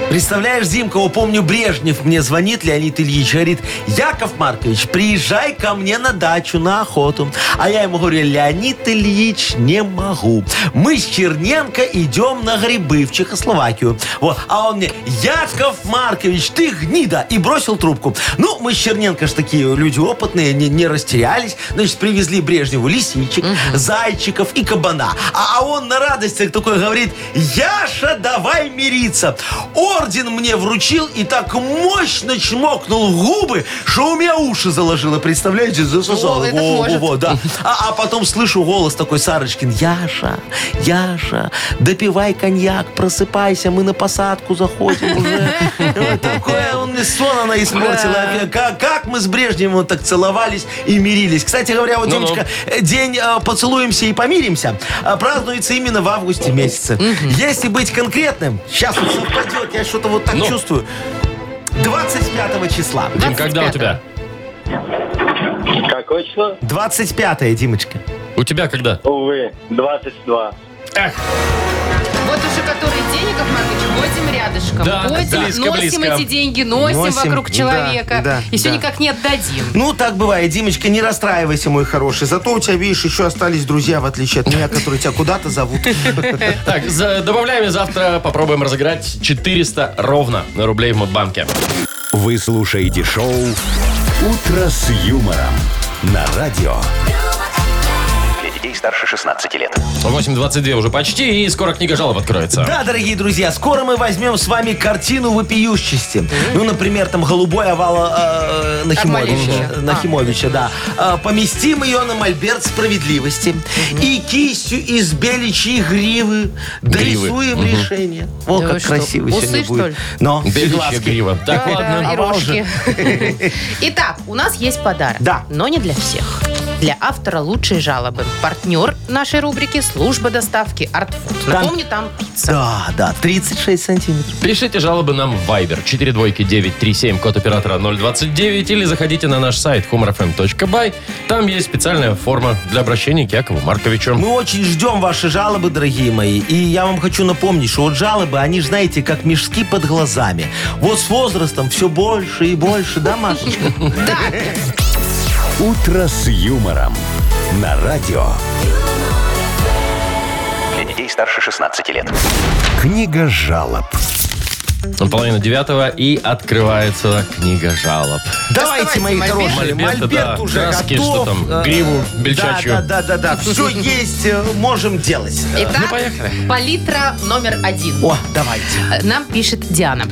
Speaker 4: Представляешь, Зимка, о, помню, Брежнев мне звонит, Леонид Ильич, говорит, Яков Маркович, приезжай ко мне на дачу, на охоту. А я ему говорю, Леонид Ильич, не могу. Мы с Черненко идем на грибы в Чехословакию. Вот. А он мне, Яков Маркович, ты гнида! И бросил трубку. Ну, мы с Черненко ж такие люди опытные, не, не растерялись. Значит, привезли Брежневу лисичек, зайчиков и кабана. А, а он на радостях такой говорит, Яша, давай мириться. Орден мне вручил и так мощно чмокнул в губы, что у меня уши заложило, представляете, засосало.
Speaker 3: О, это
Speaker 4: Во, во,
Speaker 3: может.
Speaker 4: во, да. А, а потом слышу голос такой Сарочкин, Яша, Яша, допивай коньяк, просыпайся, мы на посадку заходим уже. Вот Такое он мне сон она испортила. Как, как мы с Брежневым так целовались и мирились. Кстати говоря, вот,
Speaker 2: Ну-ну.
Speaker 4: Димочка, э, день э, поцелуемся и помиримся э, празднуется именно в августе месяце. Если быть конкретным, сейчас вот совпадет, я что-то вот так
Speaker 2: Ну.
Speaker 4: чувствую. 25 числа.
Speaker 2: Дим, когда у тебя?
Speaker 6: Какое число?
Speaker 4: 25 Димочка.
Speaker 2: У тебя когда?
Speaker 6: Увы, 22.
Speaker 3: Ну, Вот уже который день, Яков Маркович, ходим рядышком.
Speaker 2: Да,
Speaker 3: ходим,
Speaker 2: да.
Speaker 3: носим
Speaker 2: Близко, близко.
Speaker 3: эти деньги, носим,
Speaker 4: Носим,
Speaker 3: вокруг
Speaker 4: да,
Speaker 3: человека.
Speaker 4: да,
Speaker 3: и все
Speaker 4: да.
Speaker 3: никак не отдадим.
Speaker 4: Ну, так бывает, Димочка, не расстраивайся, мой хороший. Зато у тебя, видишь, еще остались друзья, в отличие от меня, которые тебя куда-то зовут.
Speaker 2: Так, за- добавляем и завтра попробуем разыграть 400 ровно на рублей в Мудбанке.
Speaker 1: Вы слушаете шоу Утро с юмором. На радио
Speaker 5: Для детей старше 16 лет.
Speaker 2: 8.22 уже почти, и скоро книга жалоб откроется.
Speaker 4: Да, дорогие друзья, скоро мы возьмем с вами картину вопиющести. Ну, например, там голубой овал э, э, Нахимовича.
Speaker 3: Нахимовича.
Speaker 4: Э, Нахимовича, да. Э, Поместим ее на мольберт справедливости. И кистью из беличьей гривы
Speaker 2: Гривы.
Speaker 4: дорисуем
Speaker 2: Мгм.
Speaker 4: решение. О,
Speaker 3: Да вы
Speaker 4: как
Speaker 3: что,
Speaker 4: красиво
Speaker 3: усы,
Speaker 4: сегодня
Speaker 3: что ли?
Speaker 4: будет. Но
Speaker 2: Беличья
Speaker 4: глазки.
Speaker 2: грива. Так,
Speaker 3: Да,
Speaker 2: ладно.
Speaker 3: и
Speaker 4: Овал
Speaker 3: рожки. Итак, у нас есть подарок.
Speaker 4: Да.
Speaker 3: Но не для всех. Для автора лучшей жалобы. Партнер нашей рубрики «Служба доставки Артфуд».
Speaker 4: Да.
Speaker 3: Напомню, там пицца.
Speaker 4: Да, да, 36 сантиметров.
Speaker 2: Пишите жалобы нам в Viber 42937, код оператора 029, или заходите на наш сайт humorfm.by. Там есть специальная форма для обращения к Якову Марковичу.
Speaker 4: Мы очень ждем ваши жалобы, дорогие мои. И я вам хочу напомнить, что вот жалобы, они же, знаете, как мешки под глазами. Вот с возрастом все больше и больше, да, Машечка?
Speaker 1: «Утро с юмором» на радио.
Speaker 5: Для детей старше 16 лет.
Speaker 1: Книга жалоб.
Speaker 2: Половина девятого, и открывается книга жалоб.
Speaker 4: Давайте, мои
Speaker 3: мольберт.
Speaker 4: хорошие,
Speaker 2: Мольберт,
Speaker 4: мольберт
Speaker 2: да,
Speaker 4: уже
Speaker 2: краски, что
Speaker 4: готов.
Speaker 2: там,
Speaker 4: Э,
Speaker 2: гриву бельчачью.
Speaker 4: Да, да, да, да, да. Все есть, э, можем делать.
Speaker 3: Итак,
Speaker 2: Ну, поехали.
Speaker 3: палитра номер один.
Speaker 4: О, давайте.
Speaker 3: Нам пишет Диана.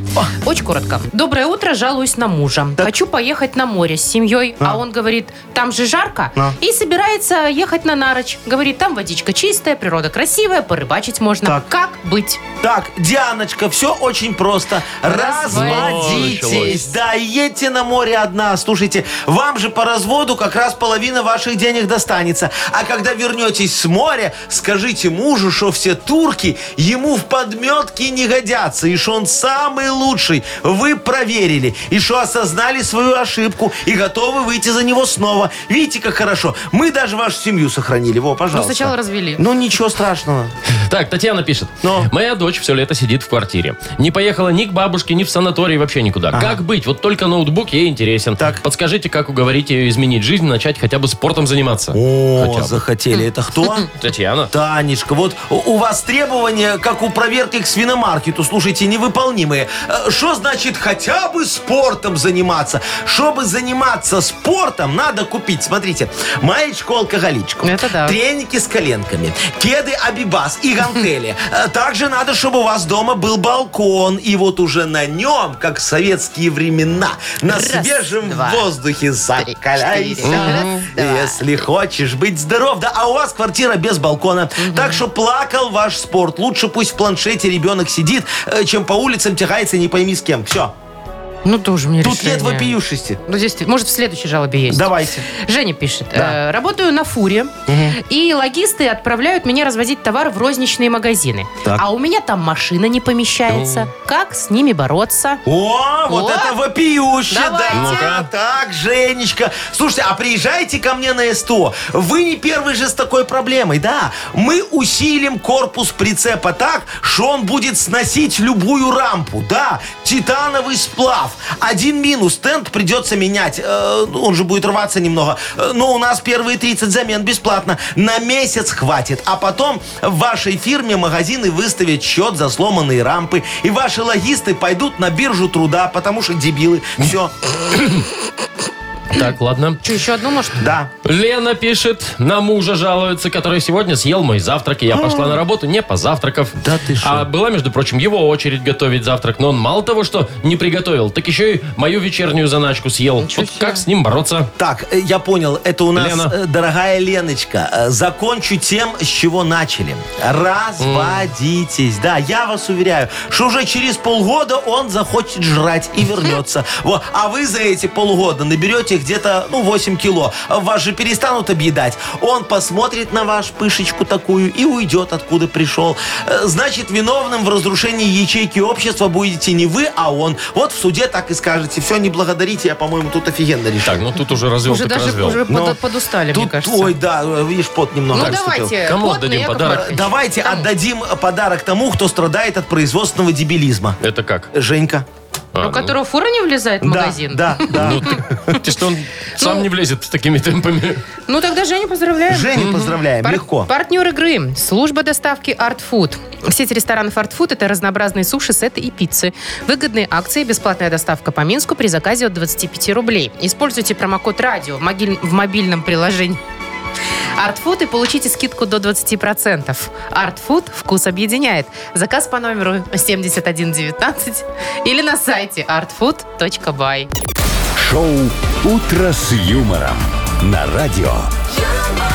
Speaker 3: Очень коротко. Доброе утро, жалуюсь на мужа. Хочу поехать на море с семьей, а, он говорит, там же жарко,
Speaker 4: А.
Speaker 3: и собирается ехать на Нарочь. Говорит, там водичка чистая, природа красивая, порыбачить можно.
Speaker 4: Так.
Speaker 3: Как быть?
Speaker 4: Так, Дианочка, все очень просто.
Speaker 2: началось.
Speaker 4: Разводитесь. Да, и едьте на море одна. Слушайте, вам же по разводу как раз половина ваших денег достанется. А когда вернетесь с моря, скажите мужу, что все турки ему в подметки не годятся. И что он самый лучший. Вы проверили. И что осознали свою ошибку. И готовы выйти за него снова. Видите, как хорошо. Мы даже вашу семью сохранили. Во, пожалуйста.
Speaker 3: Ну, сначала развели.
Speaker 4: Ну, ничего страшного.
Speaker 2: Так, Татьяна пишет.
Speaker 4: Но.
Speaker 2: Моя дочь все лето сидит в квартире. Не поехала ни к бабушке, ни в санаторий, вообще никуда. Как быть? Вот только ноутбук ей интересен.
Speaker 4: Так.
Speaker 2: Подскажите, как уговорить ее изменить жизнь, начать хотя бы спортом заниматься.
Speaker 4: О,
Speaker 2: Хотя бы.
Speaker 4: захотели. Это кто?
Speaker 3: М-м.
Speaker 2: Татьяна.
Speaker 4: Танечка, вот у у вас требования, как у проверки к свиномаркету, слушайте, невыполнимые. Э, Что значит хотя бы спортом заниматься? Чтобы заниматься спортом, надо купить, смотрите, маечку-алкоголичку,
Speaker 3: Это да.
Speaker 4: треники с коленками, кеды Абибас и гантели. Э, Также надо, чтобы у вас дома был балкон, и вот уже на нем, как в советские времена, на
Speaker 3: Раз,
Speaker 4: свежем
Speaker 3: два,
Speaker 4: воздухе закаляйся.
Speaker 3: четыре. Раз, два,
Speaker 4: А, Если хочешь быть здоров, да, а у вас квартира без балкона. Так что плакал ваш спорт. Лучше пусть в планшете ребенок сидит, э, чем по улицам тягается не пойми с кем. Все.
Speaker 3: Ну, тоже мне
Speaker 4: Тут нет вопиюшести.
Speaker 3: Ну, здесь, может, в следующей жалобе есть.
Speaker 4: Давайте.
Speaker 3: Женя пишет.
Speaker 4: Да.
Speaker 3: «Э, работаю на фуре, и логисты отправляют меня развозить товар в розничные магазины.
Speaker 4: Так. Ну.
Speaker 3: А у меня там машина не помещается. Как с ними бороться?
Speaker 4: О, вот
Speaker 3: Вот.
Speaker 4: это вопиюще,
Speaker 3: Давайте.
Speaker 4: да.
Speaker 2: Ну-ка.
Speaker 4: А Так, Женечка. Слушайте, а приезжайте ко мне на СТО. Вы не первый же с такой проблемой, да. Мы усилим корпус прицепа так, что он будет сносить любую рампу, да. Титановый сплав. Один минус, тент придется менять. Э, ну, он же будет рваться немного. Э, Но у нас первые 30 замен бесплатно. На месяц хватит. А потом в вашей фирме магазины выставят счет за сломанные рампы. И ваши логисты пойдут на биржу труда, потому что дебилы. Все.
Speaker 2: Так, ладно.
Speaker 3: Что, еще одну, может?
Speaker 4: Да.
Speaker 2: Лена пишет, на мужа жалуется, который сегодня съел мой завтрак, и я пошла на работу, не позавтракав.
Speaker 4: Да ты шо?
Speaker 2: А была, между прочим, его очередь готовить завтрак, но он мало того, что не приготовил, так еще и мою вечернюю заначку съел.
Speaker 3: Ничего
Speaker 2: вот
Speaker 3: себе.
Speaker 2: как с ним бороться?
Speaker 4: Так, э, я понял, это у нас,
Speaker 2: Лена.
Speaker 4: э, дорогая Леночка, э, закончу тем, с чего начали. Разводитесь. Да, я вас уверяю, что уже через полгода он захочет жрать и вернется. Во, А вы за эти полгода наберете где-то, ну, 8 кило. Вас же перестанут объедать. Он посмотрит на ваш пышечку такую и уйдет, откуда пришел. Э, Значит, виновным в разрушении ячейки общества будете не вы, а он. Вот в суде так и скажете. Все, не благодарите, я, по-моему, тут офигенно решил.
Speaker 2: Так, ну тут уже развел,
Speaker 3: Уже
Speaker 2: так
Speaker 3: даже
Speaker 2: развел.
Speaker 3: уже под-
Speaker 4: Но
Speaker 3: подустали, мне
Speaker 4: Ну, Тут,
Speaker 3: кажется.
Speaker 4: ой, да, видишь, пот немного
Speaker 3: ну,
Speaker 4: выступил.
Speaker 3: давайте.
Speaker 2: Кому
Speaker 3: потный
Speaker 2: отдадим
Speaker 3: Яков
Speaker 2: подарок?
Speaker 3: Маркович.
Speaker 4: Давайте
Speaker 3: Кому?
Speaker 4: отдадим подарок тому, кто страдает от производственного дебилизма.
Speaker 2: Это как?
Speaker 4: Женька.
Speaker 2: А,
Speaker 3: У которого фура не влезает в магазин?
Speaker 4: Да, да,
Speaker 2: Ну,
Speaker 4: да.
Speaker 2: ты, ты что, он сам
Speaker 3: Ну.
Speaker 2: не влезет с такими темпами?
Speaker 3: Ну, тогда Женя поздравляем.
Speaker 4: Женю поздравляем,
Speaker 3: Пар-
Speaker 4: легко.
Speaker 3: Партнер игры. Служба доставки Art Food. Сеть ресторанов Art Food – это разнообразные суши, сеты и пиццы. Выгодные акции, бесплатная доставка по Минску при заказе от 25 рублей. Используйте промокод «Радио» в, могиль- в мобильном приложении Артфуд и получите скидку до 20%. Артфуд вкус объединяет. Заказ по номеру 7119 или на сайте artfood.by.
Speaker 1: Шоу «Утро с юмором» на радио.
Speaker 7: юмор,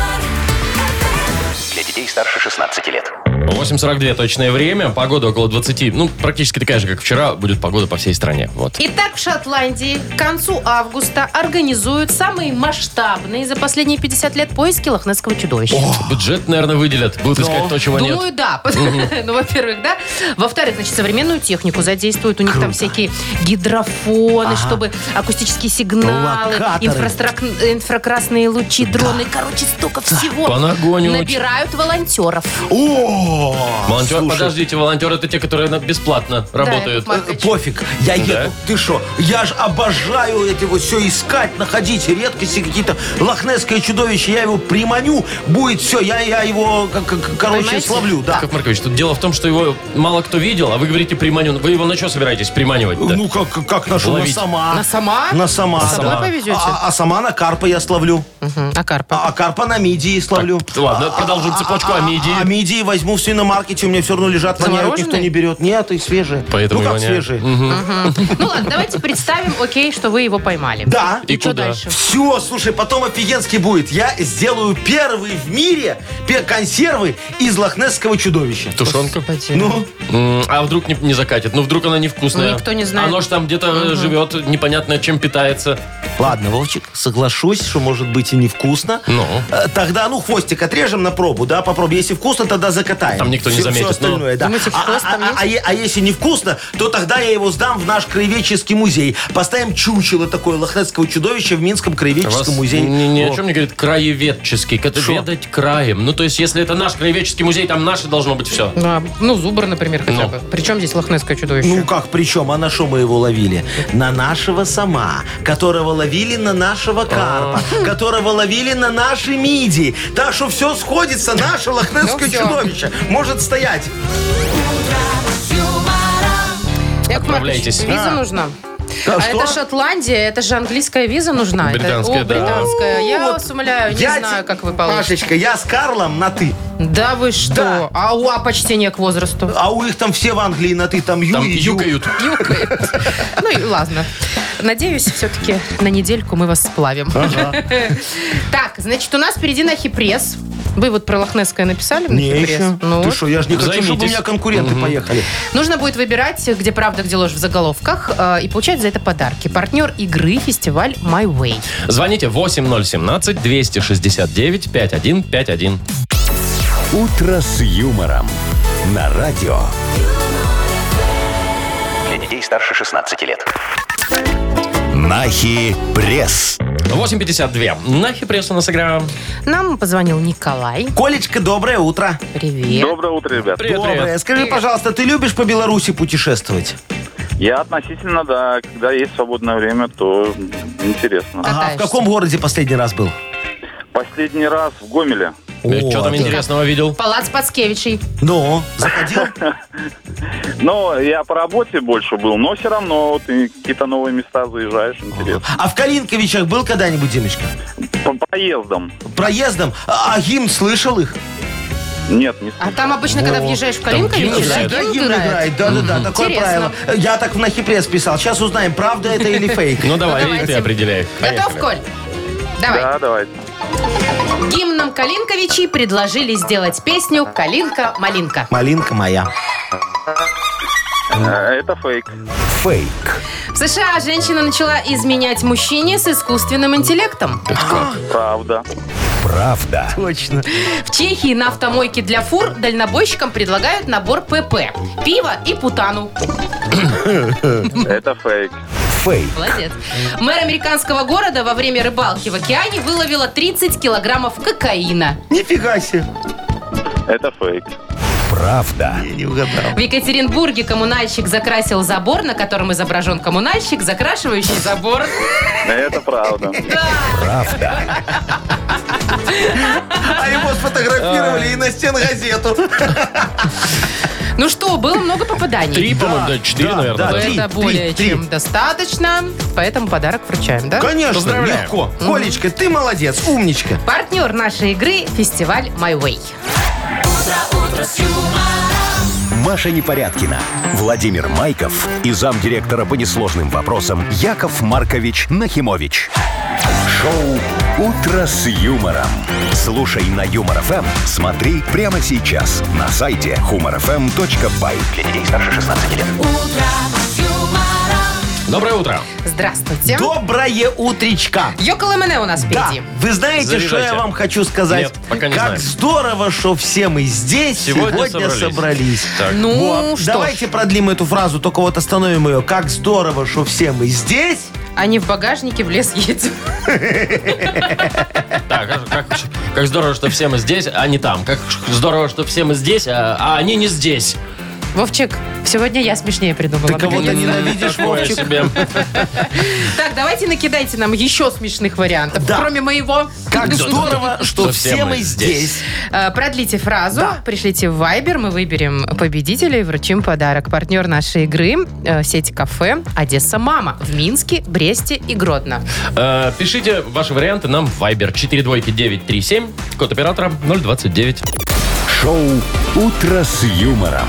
Speaker 5: Для детей старше 16 лет.
Speaker 2: 8.42 точное время, погода около 20, ну, практически такая же, как вчера, будет погода по всей стране. Вот.
Speaker 3: Итак, в Шотландии к концу августа организуют самые масштабные за последние 50 лет поиски лохнесского чудовища.
Speaker 2: Бюджет, наверное, выделят. Будут искать то, чего
Speaker 3: Думаю,
Speaker 2: нет.
Speaker 3: да. Ну, во-первых, да. Во-вторых, значит, современную технику задействуют. У них там всякие гидрофоны, чтобы акустические сигналы,
Speaker 4: Локаторы.
Speaker 3: инфрастрак- инфракрасные лучи, дроны. Короче, столько всего.
Speaker 2: Понагонивать.
Speaker 3: Набирают волонтеров.
Speaker 4: О,
Speaker 2: Волонтер,
Speaker 4: слушай,
Speaker 2: А, подождите, волонтеры это те, которые на- бесплатно работают.
Speaker 3: Яков Маркович.
Speaker 4: э, Пофиг, я еду.
Speaker 2: Да.
Speaker 4: Ты что? Я ж обожаю это вот все искать, находить редкости какие-то. Лохнесское чудовище, я его приманю, будет все, я, я его, как- как- короче,
Speaker 3: Поймаете?
Speaker 4: словлю, да.
Speaker 2: Яков Маркович, тут дело в том, что его мало кто видел, а вы говорите приманю. Вы его на что собираетесь приманивать-то?
Speaker 4: Ну, как, как нашу, на
Speaker 2: Ловить.
Speaker 4: сама.
Speaker 3: На сама?
Speaker 4: На сама.
Speaker 3: А? С собой повезете?
Speaker 4: А, а сама на карпа я словлю.
Speaker 3: Мгм, А карпа?
Speaker 4: А, а карпа на мидии словлю.
Speaker 2: Ладно, продолжим цепочку о мидии.
Speaker 4: А мидии возьму в свиномаркете, у меня все равно лежат, воняют, никто
Speaker 3: Замороженные?
Speaker 4: не берет. Нет, и свежие.
Speaker 2: Поэтому
Speaker 4: ну,
Speaker 2: и
Speaker 4: как
Speaker 2: воняют.
Speaker 4: свежие?
Speaker 3: Ну ладно, давайте представим, окей, что вы его поймали.
Speaker 4: Да.
Speaker 2: И
Speaker 3: Что
Speaker 2: куда?
Speaker 3: дальше?
Speaker 4: Все, слушай, потом офигенски будет. Я сделаю первый в мире пе- консервы из лохнесского чудовища.
Speaker 2: Тушенка.
Speaker 4: Ну,
Speaker 2: М, А вдруг не, не закатит? Ну, вдруг она невкусная.
Speaker 3: Ну, никто не знает.
Speaker 2: Оно ж там где-то э, живет, непонятно чем питается.
Speaker 4: ладно, Вовчик, соглашусь, что может быть и невкусно.
Speaker 2: Ну.
Speaker 4: Э, Тогда, ну, хвостик отрежем на пробу, да, попробуем. Если вкусно, тогда закатаем.
Speaker 2: Там никто не
Speaker 4: Всё-
Speaker 2: заметит,
Speaker 4: всё остальное, да.
Speaker 3: Думаете,
Speaker 4: А-
Speaker 3: хвост
Speaker 4: а-
Speaker 3: там
Speaker 4: а-
Speaker 3: есть?
Speaker 4: а е- А если невкусно, то тогда я его сдам в наш краеведческий музей. Поставим чучело такое лохнесского чудовища А в Минском
Speaker 2: Вас
Speaker 4: краеведческом музее.
Speaker 2: Ни, ни о
Speaker 4: Во.
Speaker 2: чем не говорит краеведческий. Как
Speaker 4: Шо?
Speaker 2: ведать краем. Ну, то есть, если это наш краеведческий музей, там наше должно быть все.
Speaker 3: Ну, а, Ну, зубр, например, хотя
Speaker 2: Ну.
Speaker 3: бы. Причем здесь лохнесское чудовище?
Speaker 4: Ну как, причем, а на что мы его ловили? На нашего сама, которого ловили на
Speaker 2: А.
Speaker 4: нашего карпа, которого ловили на наши мидии. Так что все сходится, наше
Speaker 3: Ну
Speaker 4: лохнесское
Speaker 3: всё.
Speaker 4: чудовище может стоять.
Speaker 3: Яков Маркович,
Speaker 2: Отправляйтесь.
Speaker 3: Виза
Speaker 4: А.
Speaker 3: нужна.
Speaker 4: Да,
Speaker 3: а
Speaker 4: что?
Speaker 3: это Шотландия, это же английская виза нужна. Это-
Speaker 2: Британская,
Speaker 3: о,
Speaker 2: да.
Speaker 3: британская. Я
Speaker 4: Вот
Speaker 3: вас умоляю, не
Speaker 4: я
Speaker 3: знаю,
Speaker 4: те-
Speaker 3: как вы получите.
Speaker 4: Машечка, я с Карлом на ты.
Speaker 3: Да вы что?
Speaker 4: Да.
Speaker 3: А у а почтение к возрасту?
Speaker 4: А у них там все в Англии на ты, там ю
Speaker 2: Там
Speaker 4: и ю.
Speaker 2: юкают.
Speaker 3: Юкает. Ну и ладно. Надеюсь, все-таки на недельку мы вас сплавим. Так, значит, у нас впереди на хипресс. Вы вот про Лохнесское написали?
Speaker 4: Не
Speaker 3: Нахипресс?
Speaker 4: еще.
Speaker 3: Ну
Speaker 4: Ты
Speaker 3: вот.
Speaker 4: что, я же не хочу, чтобы у
Speaker 2: Займитесь.
Speaker 4: меня конкуренты поехали.
Speaker 3: Нужно будет выбирать, где правда, где ложь в заголовках, э, и получать за это подарки. Партнер игры фестиваль My Way.
Speaker 2: Звоните 8017-269-5151.
Speaker 1: «Утро с юмором» на радио.
Speaker 5: Для детей старше 16 лет.
Speaker 1: Нахи пресс.
Speaker 2: 8.52. Нахи пресс у нас игра.
Speaker 3: Нам позвонил Николай.
Speaker 4: Колечка, доброе утро.
Speaker 3: Привет.
Speaker 8: Доброе утро, ребят.
Speaker 2: Привет,
Speaker 4: доброе.
Speaker 2: привет.
Speaker 4: Скажи,
Speaker 3: Привет.
Speaker 4: пожалуйста, ты любишь по Беларуси путешествовать?
Speaker 8: Я относительно, да, когда есть свободное время, то м, интересно.
Speaker 4: Ага, в
Speaker 3: Катаешься.
Speaker 4: каком городе последний раз был?
Speaker 8: Последний раз в Гомеле.
Speaker 4: О,
Speaker 2: Что Э, там
Speaker 4: да.
Speaker 2: интересного видел?
Speaker 3: Палац Пацкевичей.
Speaker 4: Ну, заходил?
Speaker 8: Но я по работе больше был, но все равно ты какие-то новые места заезжаешь, интересно.
Speaker 4: А в Калинковичах был когда-нибудь, Димочка?
Speaker 8: По проездам.
Speaker 4: Проездом? А а гимн слышал их?
Speaker 8: Нет, не
Speaker 3: А там обычно, когда въезжаешь в
Speaker 2: гимн
Speaker 3: Калинкович, да,
Speaker 2: играет.
Speaker 4: Да,
Speaker 3: гимн
Speaker 4: гимн
Speaker 3: играет.
Speaker 4: играет. Да-да-да, такое
Speaker 3: Интересно.
Speaker 4: правило. Я так в нахипресс писал. Сейчас узнаем, правда это или фейк.
Speaker 2: Ну, давай,
Speaker 3: давайте.
Speaker 2: ты определяй.
Speaker 3: Готов,
Speaker 2: Поехали.
Speaker 3: Коль? Давай.
Speaker 8: Да, давай.
Speaker 3: Гимном Калинковичей предложили сделать песню «Калинка-малинка».
Speaker 4: Малинка моя.
Speaker 8: Э, Это фейк.
Speaker 1: Фейк.
Speaker 3: В США женщина начала изменять мужчине с искусственным интеллектом.
Speaker 8: Правда.
Speaker 1: Правда.
Speaker 4: Точно.
Speaker 3: В Чехии на автомойке для фур дальнобойщикам предлагают набор ПП. Пиво и путану.
Speaker 8: Это фейк.
Speaker 1: Фейк.
Speaker 3: Молодец. Мэр американского города во время рыбалки в океане выловила 30 килограммов кокаина.
Speaker 4: Нифига себе.
Speaker 8: Это фейк.
Speaker 1: Правда.
Speaker 4: Не угадал.
Speaker 3: В Екатеринбурге коммунальщик закрасил забор, на котором изображен коммунальщик, закрашивающий забор.
Speaker 8: Это правда.
Speaker 1: Правда.
Speaker 4: А его сфотографировали и на стен газету.
Speaker 3: Ну что, было много попаданий.
Speaker 2: Три, по-моему, да, четыре,
Speaker 4: А, да,
Speaker 2: наверное.
Speaker 4: да,
Speaker 2: да.
Speaker 4: три.
Speaker 3: Это более
Speaker 4: три.
Speaker 3: чем достаточно, поэтому подарок вручаем, да?
Speaker 4: Конечно,
Speaker 2: Поздравляю.
Speaker 4: легко. Колечка, ты молодец, умничка.
Speaker 3: Партнер нашей игры – фестиваль My Way.
Speaker 1: Маша Непорядкина, Владимир Майков и замдиректора по несложным вопросам Яков Маркович Нахимович. Шоу «Утро с юмором». Слушай на Юмор ФМ, смотри прямо сейчас на сайте humorfm.by. Для детей старше 16 лет.
Speaker 2: Доброе утро.
Speaker 3: Здравствуйте.
Speaker 4: Доброе утречка.
Speaker 3: Йокол МН у нас
Speaker 4: Да,
Speaker 3: впереди.
Speaker 4: вы знаете, что
Speaker 2: Заряжайте.
Speaker 4: я вам хочу сказать?
Speaker 2: Нет, пока не
Speaker 4: как
Speaker 2: знаем.
Speaker 4: здорово, что все мы здесь
Speaker 2: Сегодня
Speaker 4: сегодня,
Speaker 2: собрались.
Speaker 4: собрались.
Speaker 2: Так.
Speaker 3: Ну
Speaker 4: Вот.
Speaker 3: что ж,
Speaker 4: Давайте продлим эту фразу, только вот остановим ее. Как здорово, что все мы здесь.
Speaker 3: они в багажнике в лес едем.
Speaker 2: Так, а как, как здорово, что все мы здесь, а не там. Как здорово, что все мы здесь, а, а они не здесь.
Speaker 3: Вовчик, сегодня я смешнее придумала.
Speaker 4: Ты кого-то
Speaker 3: наконец-то.
Speaker 4: ненавидишь,
Speaker 2: Такое
Speaker 4: Вовчик?
Speaker 2: себе.
Speaker 3: Так, давайте накидайте нам еще смешных вариантов,
Speaker 4: Да.
Speaker 3: кроме моего.
Speaker 4: Как здорово, что все мы здесь.
Speaker 3: Э, Продлите фразу, пришлите в Viber, мы выберем победителя и вручим подарок. Партнер нашей игры э, сеть кафе «Одесса Мама» в Минске, Бресте и Гродно.
Speaker 2: Э, Пишите ваши варианты нам в Viber 42937, код оператора 029.
Speaker 1: Шоу «Утро с юмором»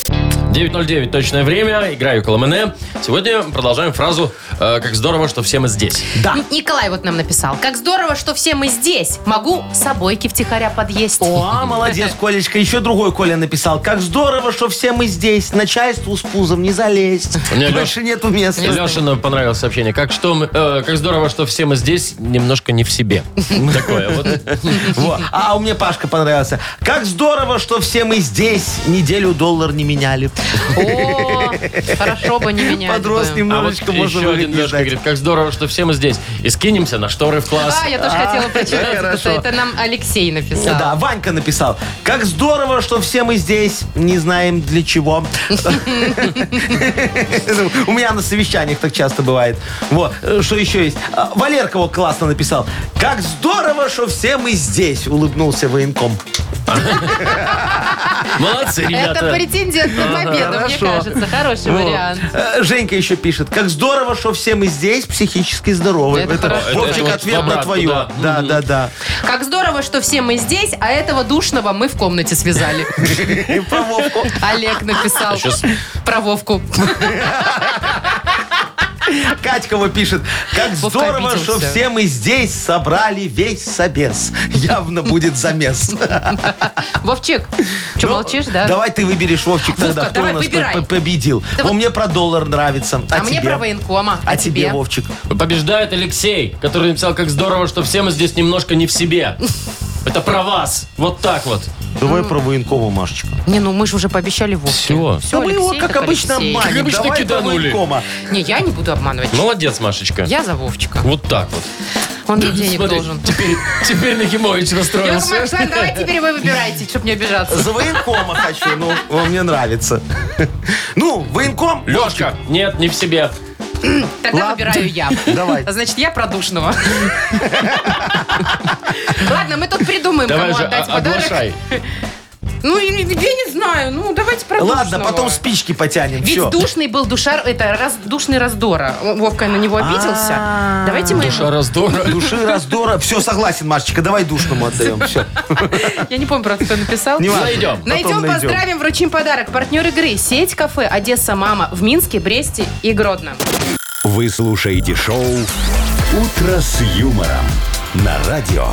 Speaker 2: 9.09 точное время, играю Коломене. Сегодня продолжаем фразу э, «Как здорово, что все мы здесь».
Speaker 4: Да.
Speaker 3: Н- Николай вот нам написал. Как здорово, что все мы здесь. Могу собойки втихаря подъесть.
Speaker 4: О, молодец, Колечка. Еще другой Коля написал. Как здорово, что все мы здесь. Начальству с пузом не залезть.
Speaker 2: Не, Лёш-
Speaker 4: Больше нету места.
Speaker 2: Лешину понравилось сообщение. Как, что мы, э, как здорово, что все мы здесь, немножко не в себе. Такое вот.
Speaker 4: Во. А у меня Пашка понравился. Как здорово, что все мы здесь. Неделю доллар не меняли.
Speaker 3: О, хорошо бы не менять. бы.
Speaker 4: Подрос
Speaker 2: А вот
Speaker 4: немножечко, можно
Speaker 2: еще
Speaker 4: выглядеть
Speaker 2: один Лешка
Speaker 4: дать.
Speaker 2: говорит, как здорово, что все мы здесь. И скинемся на шторы в класс.
Speaker 3: А, я тоже хотела прочитать.
Speaker 4: да,
Speaker 3: это,
Speaker 4: хорошо.
Speaker 3: это нам Алексей написал.
Speaker 4: Да, Ванька написал. Как здорово, что все мы здесь. Не знаем для чего. Ну, У меня на совещаниях так часто бывает. Вот, э, что еще есть? А, Валерка вот классно написал. Как здорово, что все мы здесь. Улыбнулся военком.
Speaker 2: Молодцы,
Speaker 3: а, Это
Speaker 2: ребята.
Speaker 3: претендент на победу, мне кажется. Хороший вариант.
Speaker 4: Э, Женька еще пишет. Как здорово, что все мы здесь психически здоровы.
Speaker 3: Это
Speaker 2: Это-
Speaker 3: хорошо.
Speaker 2: это
Speaker 4: Вовчик,
Speaker 2: вот в
Speaker 4: ответ на
Speaker 2: обратку,
Speaker 4: твое.
Speaker 2: да.
Speaker 4: Да, да, да.
Speaker 3: Как здорово, что все мы здесь, а этого душного мы в комнате связали.
Speaker 4: И про Вовку.
Speaker 3: Олег написал
Speaker 2: Щас.
Speaker 3: про Вовку.
Speaker 4: Катька вот пишет, как
Speaker 3: Вовка
Speaker 4: здорово,
Speaker 3: обиделся.
Speaker 4: что все мы здесь собрали весь собес. Явно будет замес.
Speaker 3: Вовчик, что
Speaker 4: Ну,
Speaker 3: молчишь, да?
Speaker 4: Давай ты выберешь, Вовчик, тогда, кто
Speaker 3: давай
Speaker 4: у нас
Speaker 3: выбирай.
Speaker 4: по- победил.
Speaker 3: Да
Speaker 4: О,
Speaker 3: вот-
Speaker 4: мне про доллар нравится.
Speaker 3: А мне
Speaker 4: тебе?
Speaker 3: про военкома.
Speaker 4: А тебе, Вовчик?
Speaker 2: Побеждает Алексей, который написал, как здорово, что все мы здесь немножко не в себе. Это про вас. Вот так вот.
Speaker 4: Давай про военкова, Машечка.
Speaker 3: Не, ну мы же уже пообещали Вовке.
Speaker 2: Всё.
Speaker 3: Всё,
Speaker 4: Да мы его,
Speaker 3: Алексей,
Speaker 4: как
Speaker 3: так
Speaker 4: обычно,
Speaker 3: Алексей.
Speaker 4: обманем.
Speaker 2: Как обычно,
Speaker 4: Давай про
Speaker 2: киданули.
Speaker 4: военкома.
Speaker 3: Не, я не буду обманывать.
Speaker 4: Ну.
Speaker 2: Молодец, Машечка.
Speaker 3: Я за Вовчика.
Speaker 2: Вот так вот.
Speaker 3: Он мне денег
Speaker 2: Смотри,
Speaker 3: должен.
Speaker 2: Теперь, теперь Нахимович
Speaker 3: Яков
Speaker 2: расстроился.
Speaker 3: Маркович, ладно, давай теперь вы выбирайте, чтобы не обижаться.
Speaker 4: За военкома хочу, ну, он мне нравится. Ну, военком.
Speaker 2: Лешка, нет, не в себе.
Speaker 3: Тогда
Speaker 4: Ладно.
Speaker 3: выбираю я.
Speaker 4: Давай.
Speaker 3: Значит, я продушного. Ладно, мы тут придумаем,
Speaker 2: Давай
Speaker 3: Ну, кому
Speaker 2: же,
Speaker 3: отдать
Speaker 2: о-
Speaker 3: подарок.
Speaker 2: оглашай.
Speaker 3: Ну, я не- я не знаю. Ну, давайте продушного.
Speaker 4: Ладно, потом спички потянем.
Speaker 3: Ведь
Speaker 4: Все.
Speaker 3: душный был душар, это раз, душный раздора. Вовка на него обиделся. Давайте мы...
Speaker 2: Душа
Speaker 3: ему-
Speaker 2: раздора.
Speaker 4: Души раздора. Все, согласен, Машечка, давай душному отдаем. Все.
Speaker 3: Я не помню, просто кто написал.
Speaker 4: Не важно.
Speaker 2: Найдем.
Speaker 4: Потом
Speaker 3: Найдем,
Speaker 4: найдем.
Speaker 3: поздравим, вручим подарок. Партнер игры сеть кафе «Одесса Мама» в Минске, Бресте и Гродно.
Speaker 1: Вы слушаете шоу «Утро с юмором» на радио.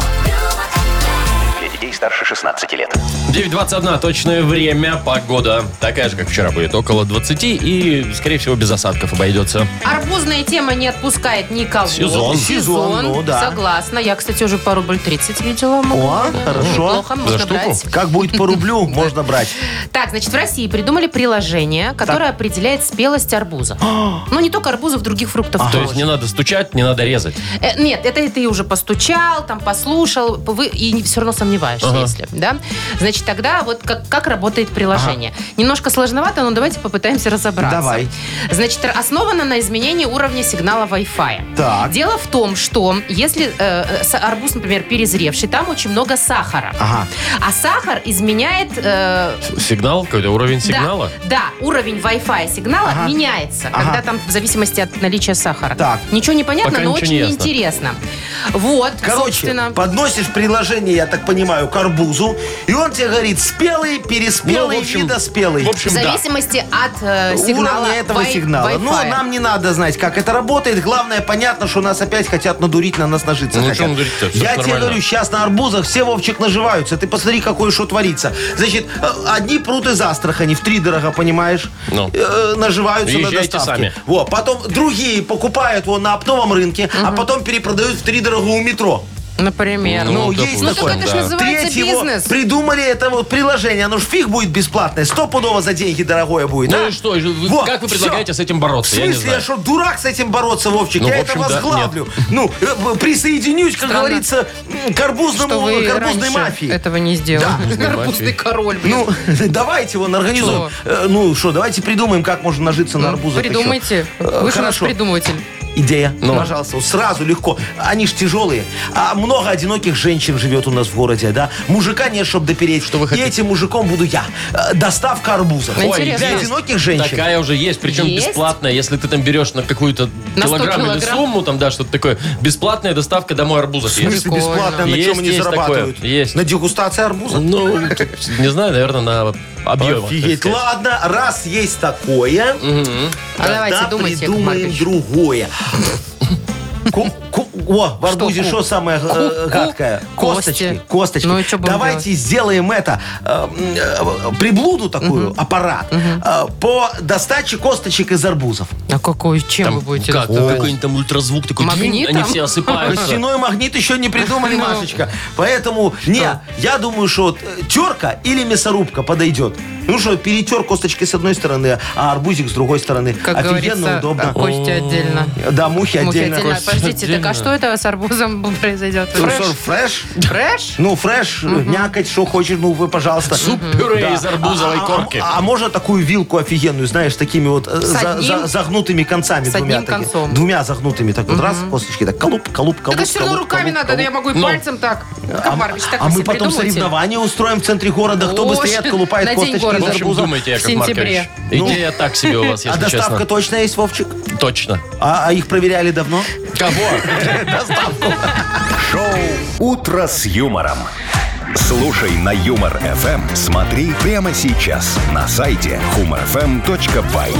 Speaker 5: Для детей старше 16 лет.
Speaker 2: 9.21 точное время, погода такая же, как вчера будет, около 20 и, скорее всего, без осадков обойдется.
Speaker 3: Арбузная тема не отпускает никого.
Speaker 2: Сезон.
Speaker 4: Сезон, ну да.
Speaker 3: Согласна. Я, кстати, уже по рубль 30 видела.
Speaker 4: О, хорошо.
Speaker 3: Неплохо, можно
Speaker 2: штуку?
Speaker 3: брать.
Speaker 4: Ну, Как будет по рублю, можно брать.
Speaker 3: Так, значит, в России придумали приложение, которое определяет спелость арбуза. Но Ну, не только арбузов, других фруктов
Speaker 2: То
Speaker 3: тоже.
Speaker 2: есть не надо стучать, не надо резать.
Speaker 3: Э, Нет, это ты уже постучал, там послушал, вы- и все равно товарища,
Speaker 2: Ага.
Speaker 3: если, да? Значит, тогда вот как, как работает приложение. Немножко сложновато, но давайте попытаемся разобраться.
Speaker 4: Давай.
Speaker 3: Значит, основано на изменении уровня сигнала Wi-Fi.
Speaker 4: Так.
Speaker 3: Дело в том, что если э, э, с- арбуз, например, перезревший, там очень много сахара.
Speaker 4: Ага.
Speaker 3: А сахар изменяет... э,
Speaker 2: Сигнал, какой-то уровень сигнала.
Speaker 3: Да, да, уровень Wi-Fi сигнала
Speaker 4: Ага.
Speaker 3: меняется,
Speaker 4: Ага.
Speaker 3: когда там в зависимости от наличия сахара.
Speaker 4: Так.
Speaker 3: Ничего не понятно,
Speaker 2: Пока
Speaker 3: но
Speaker 2: ничего
Speaker 3: очень
Speaker 2: не ясно.
Speaker 3: интересно. Вот,
Speaker 4: Короче,
Speaker 3: собственно.
Speaker 4: подносишь приложение, я так понимаю, к арбузу, и он тебе говорит спелый, переспелый,
Speaker 2: Ну, в общем,
Speaker 4: недоспелый.
Speaker 2: в общем,
Speaker 3: В зависимости от э, сигнала
Speaker 4: Уровня этого
Speaker 3: Wi-
Speaker 4: сигнала.
Speaker 3: Wi-Fi.
Speaker 4: Ну, нам не надо знать, как это работает. Главное, понятно, что нас опять хотят надурить, на нас нажиться
Speaker 2: Ну,
Speaker 4: хотят.
Speaker 2: чё надурить-то? Всё
Speaker 4: Я тебе
Speaker 2: нормально.
Speaker 4: говорю, сейчас на арбузах все, Вовчик, наживаются. Ты посмотри, какое что творится. Значит, э, одни прут из Астрахани, в три дорого, понимаешь?
Speaker 2: Ну.
Speaker 4: Э, Наживаются на
Speaker 2: Езжайте
Speaker 4: доставке.
Speaker 2: сами.
Speaker 4: Во, потом другие покупают вон на оптовом рынке, а потом перепродают в три дорого у метро.
Speaker 3: Например.
Speaker 2: Ну,
Speaker 3: Ну,
Speaker 4: есть
Speaker 2: допустим,
Speaker 4: такое.
Speaker 3: так это ж
Speaker 2: да.
Speaker 3: называется
Speaker 4: Третьего
Speaker 3: бизнес.
Speaker 4: придумали это вот приложение. Оно ж фиг будет бесплатное. Стопудово за деньги дорогое будет.
Speaker 2: Ну
Speaker 4: а?
Speaker 2: и что? и вы-
Speaker 4: Во,
Speaker 2: как вы
Speaker 4: всё.
Speaker 2: предлагаете с этим
Speaker 4: В
Speaker 2: бороться? Я не
Speaker 4: смысле, я
Speaker 2: знаю.
Speaker 4: что, дурак с этим бороться, Вовчик?
Speaker 2: Ну, в
Speaker 4: я
Speaker 2: общем,
Speaker 4: это
Speaker 2: да,
Speaker 4: возглавлю. ну, э, присоединюсь, как
Speaker 3: Странно.
Speaker 4: говорится, м, к арбузному,
Speaker 3: ну, что вы
Speaker 4: к арбузной
Speaker 3: раньше
Speaker 4: мафии.
Speaker 3: этого не сделали. Арбузный король, блин.
Speaker 4: Ну, давайте его организуем. Э, Ну что, давайте придумаем, как можно нажиться на арбузах еще.
Speaker 3: Ну, Придумайте.
Speaker 4: Э,
Speaker 3: Вы же у нас
Speaker 4: хорошо.
Speaker 3: придумыватель.
Speaker 4: Идея.
Speaker 2: Ну.
Speaker 4: Пожалуйста, вот сразу легко. Они ж тяжелые. А много одиноких женщин живет у нас в городе, да? Мужика нет, чтобы допереть. Что
Speaker 2: вы
Speaker 4: И
Speaker 2: хотите?
Speaker 4: этим мужиком буду я. Э, Доставка арбузов.
Speaker 3: Ну,
Speaker 4: Ой,
Speaker 3: интересно.
Speaker 4: для одиноких женщин.
Speaker 2: Такая уже есть, причем
Speaker 3: Есть?
Speaker 2: бесплатная. Если ты там берешь на какую-то
Speaker 3: На 100
Speaker 2: килограмм, или
Speaker 3: килограмм?
Speaker 2: сумму, там, да, что-то такое, бесплатная доставка домой арбузов
Speaker 4: В смысле
Speaker 2: есть.
Speaker 3: Прикольно.
Speaker 4: бесплатно, на
Speaker 2: Есть,
Speaker 4: чем они
Speaker 2: есть такое.
Speaker 4: зарабатывают?
Speaker 2: Есть.
Speaker 4: На дегустации арбуза?
Speaker 2: Ну, тут, не знаю, наверное, на объем.
Speaker 4: Офигеть. Ладно, раз есть такое,
Speaker 3: А давайте
Speaker 4: тогда
Speaker 3: думайте, Яков
Speaker 4: придумаем
Speaker 3: Маркович.
Speaker 4: другое. Ку- ку- О, в арбузе
Speaker 3: ку?
Speaker 4: что самое э,
Speaker 3: Ку-
Speaker 4: гадкое?
Speaker 3: ку-
Speaker 4: Косточки.
Speaker 3: кости.
Speaker 4: Косточки.
Speaker 3: Ну и чё будем
Speaker 4: Давайте сделаем это. э, э, приблуду такую, аппарат, э, по достаче косточек из арбузов.
Speaker 3: А какой, чем
Speaker 2: Там
Speaker 3: вы будете?
Speaker 2: как,
Speaker 3: доставать?
Speaker 2: какой-нибудь там ультразвук такой,
Speaker 3: Магнитом?
Speaker 2: «Динь», они все осыпаются.
Speaker 4: Костяной магнит еще не придумали,
Speaker 3: Ну.
Speaker 4: Машечка. Поэтому, не, я думаю, что вот, э, терка или мясорубка подойдет. Ну что, перетер косточки с одной стороны, а арбузик с другой стороны.
Speaker 3: Как
Speaker 4: Офигенно
Speaker 3: говорится,
Speaker 4: удобно.
Speaker 3: а кости отдельно.
Speaker 4: Да,
Speaker 3: Мухи
Speaker 4: мухи отдельно.
Speaker 3: отдельно.
Speaker 2: Кости
Speaker 3: Подождите, так
Speaker 2: отдельно.
Speaker 3: а что это с арбузом произойдет?
Speaker 4: Ну,
Speaker 3: Фреш?
Speaker 4: что, Фреш?
Speaker 3: Фреш?
Speaker 4: Ну, фреш, мякоть, что хочешь, ну, вы, пожалуйста.
Speaker 2: Суп-пюре
Speaker 4: Да.
Speaker 2: из арбузовой
Speaker 4: А- а-
Speaker 2: корки.
Speaker 4: А, можно такую вилку офигенную, знаешь, такими вот э,
Speaker 3: С
Speaker 4: за-
Speaker 3: одним-
Speaker 4: за- загнутыми концами.
Speaker 3: с
Speaker 4: двумя
Speaker 3: одним
Speaker 4: такими.
Speaker 3: концом.
Speaker 4: Двумя загнутыми, так вот раз, косточки, так, колуп, колуп, колуп.
Speaker 3: Так это все равно
Speaker 4: колуп,
Speaker 3: руками
Speaker 4: колуп,
Speaker 3: надо,
Speaker 4: колуп.
Speaker 3: я могу и
Speaker 2: Ну.
Speaker 3: пальцем так. Комарович, так
Speaker 4: а
Speaker 3: вы
Speaker 4: мы
Speaker 3: все
Speaker 4: потом
Speaker 3: придумываете.
Speaker 4: соревнования устроим в центре города, кто
Speaker 3: О,
Speaker 4: быстрее отколупает
Speaker 3: на день
Speaker 4: косточки
Speaker 3: города.
Speaker 4: из
Speaker 2: В общем,
Speaker 4: арбуза.
Speaker 2: думайте,
Speaker 3: В
Speaker 2: Яков Маркович.
Speaker 3: сентябре.
Speaker 2: Идея так себе у вас,
Speaker 4: Ну, А
Speaker 2: если
Speaker 4: доставка
Speaker 2: честно.
Speaker 4: точно есть, Вовчик?
Speaker 2: Точно.
Speaker 4: А, а их проверяли давно?
Speaker 2: Кого?
Speaker 1: Шоу «Утро с юмором». Слушай на Юмор ФМ. Смотри прямо сейчас на сайте humorfm.by.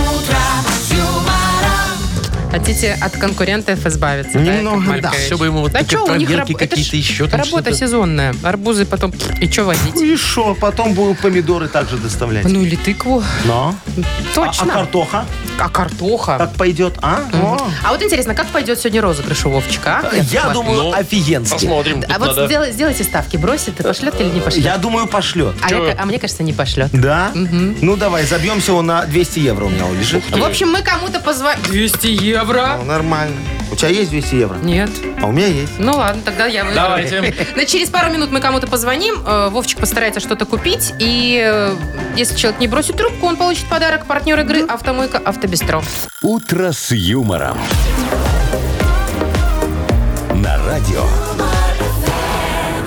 Speaker 3: Хотите от конкурентов избавиться, да,
Speaker 4: Немного,
Speaker 3: Яков
Speaker 4: да.
Speaker 3: Маркович?
Speaker 2: Всё бы ему вот
Speaker 3: Да
Speaker 2: такие
Speaker 3: чё, у них
Speaker 2: проверки
Speaker 3: раб- это ж
Speaker 2: какие-то ещё там
Speaker 3: Работа
Speaker 2: что-то.
Speaker 3: сезонная. Арбузы потом... И что возить?
Speaker 4: И шо, потом будем помидоры также доставлять.
Speaker 3: Ну или тыкву.
Speaker 4: Но. А, а
Speaker 3: Точно.
Speaker 4: картоха
Speaker 3: А картоха.
Speaker 4: как пойдет, а? О.
Speaker 3: А вот интересно, как пойдет сегодня розыгрыш у Вовчика? а? Яков
Speaker 4: Я
Speaker 3: Маркович?
Speaker 4: думаю,
Speaker 2: Ну,
Speaker 4: офигенски.
Speaker 2: Посмотрим.
Speaker 3: А
Speaker 2: Тут
Speaker 3: вот
Speaker 2: надо-
Speaker 3: сделай- сделайте ставки. Бросит, и пошлет или не пошлет?
Speaker 4: Я думаю, пошлет.
Speaker 3: А, я- а мне кажется, не пошлет.
Speaker 4: Да? Ну давай, забьемся он на 200 евро у меня он лежит.
Speaker 3: В общем, мы кому-то позвоним. 200 евро?
Speaker 4: Ну, нормально. У тебя есть 200 евро?
Speaker 3: Нет.
Speaker 4: А у меня есть.
Speaker 3: Ну ладно, тогда я выиграю.
Speaker 2: Давайте.
Speaker 3: Но через пару минут мы кому-то позвоним. э, Вовчик постарается что-то купить. И э, если человек не бросит трубку, он получит подарок партнер игры
Speaker 4: Ну.
Speaker 3: «Автомойка Автобестро».
Speaker 1: «Утро с юмором». На радио.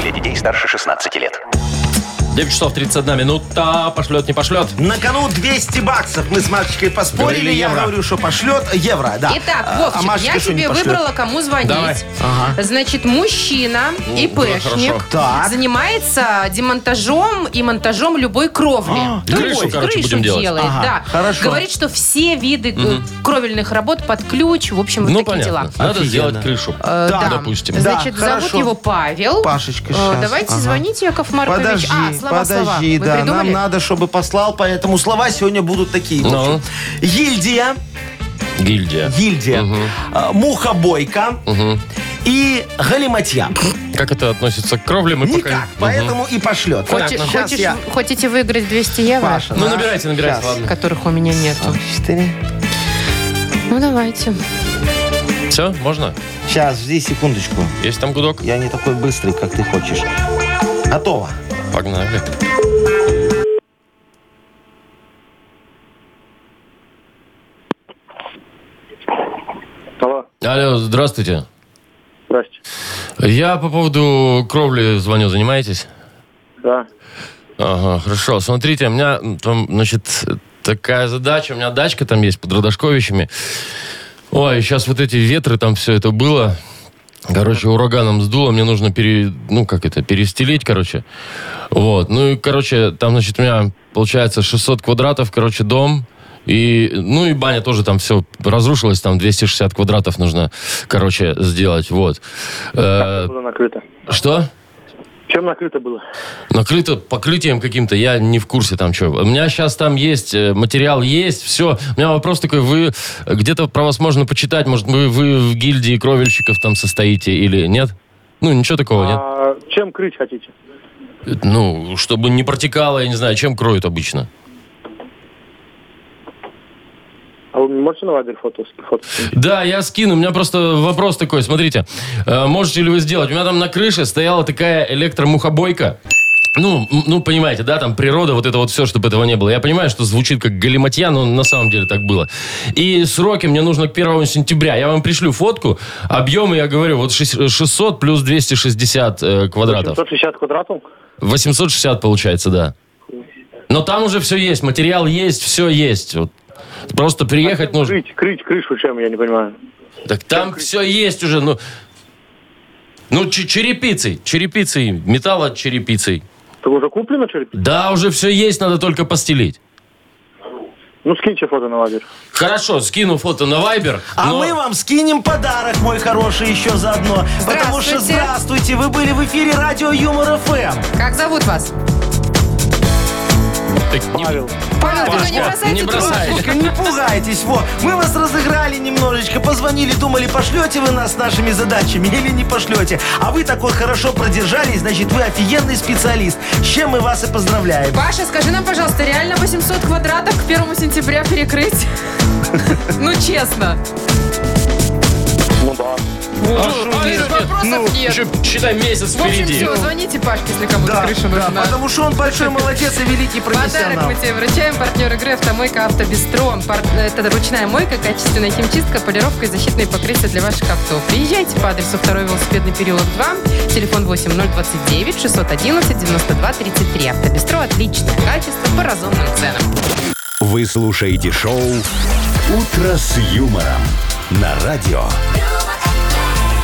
Speaker 5: Для детей старше 16 лет.
Speaker 2: 9 часов 31 минута. Пошлет, не пошлет.
Speaker 4: На кону 200 баксов. Мы с Машечкой поспорили.
Speaker 2: Говорили,
Speaker 4: Я
Speaker 2: евро.
Speaker 4: говорю, что пошлет Евро, да. А-
Speaker 3: Итак,
Speaker 4: а
Speaker 3: Вовчик,
Speaker 4: Машечка
Speaker 3: я
Speaker 4: что, не
Speaker 3: тебе
Speaker 4: пошлет?
Speaker 3: выбрала, кому звонить.
Speaker 2: Давай.
Speaker 3: Значит, мужчина, ИПшник,
Speaker 2: хорошо.
Speaker 4: Так.
Speaker 3: занимается демонтажом и монтажом любой кровли.
Speaker 4: А,
Speaker 3: То
Speaker 2: крышу,
Speaker 3: есть
Speaker 2: короче,
Speaker 3: крышу
Speaker 2: будем делать.
Speaker 3: делает,
Speaker 4: Ага,
Speaker 3: да.
Speaker 4: хорошо.
Speaker 3: Говорит, что все виды э, кровельных работ под ключ, в общем, вот
Speaker 2: Ну,
Speaker 3: такие дела.
Speaker 2: понятно. Надо
Speaker 4: Офигенно. А.
Speaker 2: сделать крышу.
Speaker 3: Э,
Speaker 4: Да,
Speaker 2: допустим.
Speaker 3: Значит,
Speaker 4: Да,
Speaker 3: зовут
Speaker 4: хорошо.
Speaker 3: его Павел.
Speaker 4: Пашечка
Speaker 3: Э,
Speaker 4: щас,
Speaker 3: Давайте
Speaker 4: ага.
Speaker 3: звоните, Яков Маркович.
Speaker 4: Подожди,
Speaker 3: а, слова, слова.
Speaker 4: подожди,
Speaker 3: Вы
Speaker 4: да.
Speaker 3: придумали?
Speaker 4: Нам надо, чтобы послал, поэтому слова сегодня будут такие. в
Speaker 2: Ну.
Speaker 4: общем. Гильдия,
Speaker 2: Гильдия.
Speaker 4: гильдия, э, мухобойка
Speaker 2: Мгм. Ну,
Speaker 4: и галиматья.
Speaker 2: Как это относится к кровле, мы
Speaker 4: Никак,
Speaker 2: пока...
Speaker 4: поэтому и пошлет.
Speaker 3: Хочешь-
Speaker 4: Понятно. Щас
Speaker 3: хочешь-
Speaker 4: я-
Speaker 3: Хотите выиграть 200 евро?
Speaker 4: Паша,
Speaker 2: Ну,
Speaker 4: да?
Speaker 2: набирайте, набирайте,
Speaker 4: Щас.
Speaker 2: ладно.
Speaker 3: Которых у меня нету.
Speaker 4: Четыре.
Speaker 3: Ну, давайте.
Speaker 2: Все, можно?
Speaker 4: Сейчас, жди секундочку.
Speaker 2: Есть там гудок?
Speaker 4: Я не такой быстрый, как ты хочешь. Готово.
Speaker 2: Погнали.
Speaker 6: Алло,
Speaker 2: Алло, здравствуйте.
Speaker 6: здрасте.
Speaker 2: Я по поводу кровли звоню, занимаетесь?
Speaker 6: Да.
Speaker 2: Ага, хорошо. Смотрите, у меня м, там, значит, такая задача. У меня дачка там есть под Родошковичами. Ой, сейчас вот эти ветры, там все это было. Короче, ураганом сдуло, мне нужно пере, ну, как это, перестелить, короче. Вот, ну и, короче, там, значит, у меня получается 600 квадратов, короче, дом. И, ну и баня тоже там все разрушилось, там 260 квадратов нужно, короче, сделать, вот. Э,
Speaker 6: Было накрыто.
Speaker 2: что?
Speaker 6: Чем накрыто было?
Speaker 2: Накрыто покрытием каким-то, я не в курсе там что. У меня сейчас там есть, э, материал есть, все. У меня вопрос такой, вы э, где-то про вас можно почитать, может, вы, вы в гильдии кровельщиков там состоите или нет? Ну, ничего такого нет.
Speaker 6: А, чем крыть хотите?
Speaker 2: Э, Ну, чтобы не протекало, я не знаю, чем кроют обычно.
Speaker 6: А вы мне можете на вайбер фото? фото? скинуть?
Speaker 2: Да, я скину. У меня просто вопрос такой. Смотрите, э, можете ли вы сделать? У меня там на крыше стояла такая электромухобойка. Ну, м, ну, понимаете, да, там природа, вот это вот все, чтобы этого не было. Я понимаю, что звучит как галиматья, но на самом деле так было. И сроки мне нужно к 1 сентября. Я вам пришлю фотку, объемы, я говорю, вот шесть- 600 плюс 260 э, квадратов.
Speaker 6: 760 квадратов?
Speaker 2: 860 получается, да. Но там уже все есть, материал есть, все есть. Вот. Просто приехать нужно.
Speaker 6: Крыть, крыть крышу чем, я не понимаю.
Speaker 2: Так там все есть уже, ну... Ну, ч- черепицей, черепицей, металла черепицей.
Speaker 6: Ты уже куплено черепица?
Speaker 2: Да, уже все есть, надо только постелить.
Speaker 6: Ну, скиньте фото на вайбер.
Speaker 2: Хорошо, скину фото на Вайбер.
Speaker 4: А мы вам скинем подарок, мой хороший, еще заодно. Потому что
Speaker 3: Здравствуйте.
Speaker 4: здравствуйте, вы были в эфире радио Юмор Эм. ФМ.
Speaker 3: Как зовут вас?
Speaker 2: Павел.
Speaker 3: Павел, только не бросайте
Speaker 2: не
Speaker 3: трубку.
Speaker 2: бросай.
Speaker 4: Машечка, не пугайтесь, вот. Мы вас разыграли немножечко, позвонили, думали, пошлете вы нас с нашими задачами или не пошлете. А вы такой хорошо продержались, значит, вы офигенный специалист. С чем мы вас и поздравляем.
Speaker 3: Паша, скажи нам, пожалуйста, реально 800 квадратов к 1 сентября перекрыть? Ну, честно.
Speaker 6: Ну да.
Speaker 3: Вопросов нет.
Speaker 2: Еще, Ну, считай, месяц
Speaker 3: В общем,
Speaker 2: впереди.
Speaker 3: все, звоните Пашке, если кому-то
Speaker 4: Да,
Speaker 3: крыша
Speaker 4: да,
Speaker 3: нужна.
Speaker 4: потому что он большой молодец и великий
Speaker 3: Подарок
Speaker 4: профессионал.
Speaker 3: мы тебе вручаем. Партнер игры «Автомойка Автобестро». Пар- э, Это ручная мойка, качественная химчистка, полировка и защитные покрытия для ваших авто. Приезжайте по адресу 2 велосипедный переулок 2, телефон 8029 611 92 33. «Автобестро» – отличное качество по разумным ценам.
Speaker 1: Вы слушаете шоу «Утро с юмором» на радио.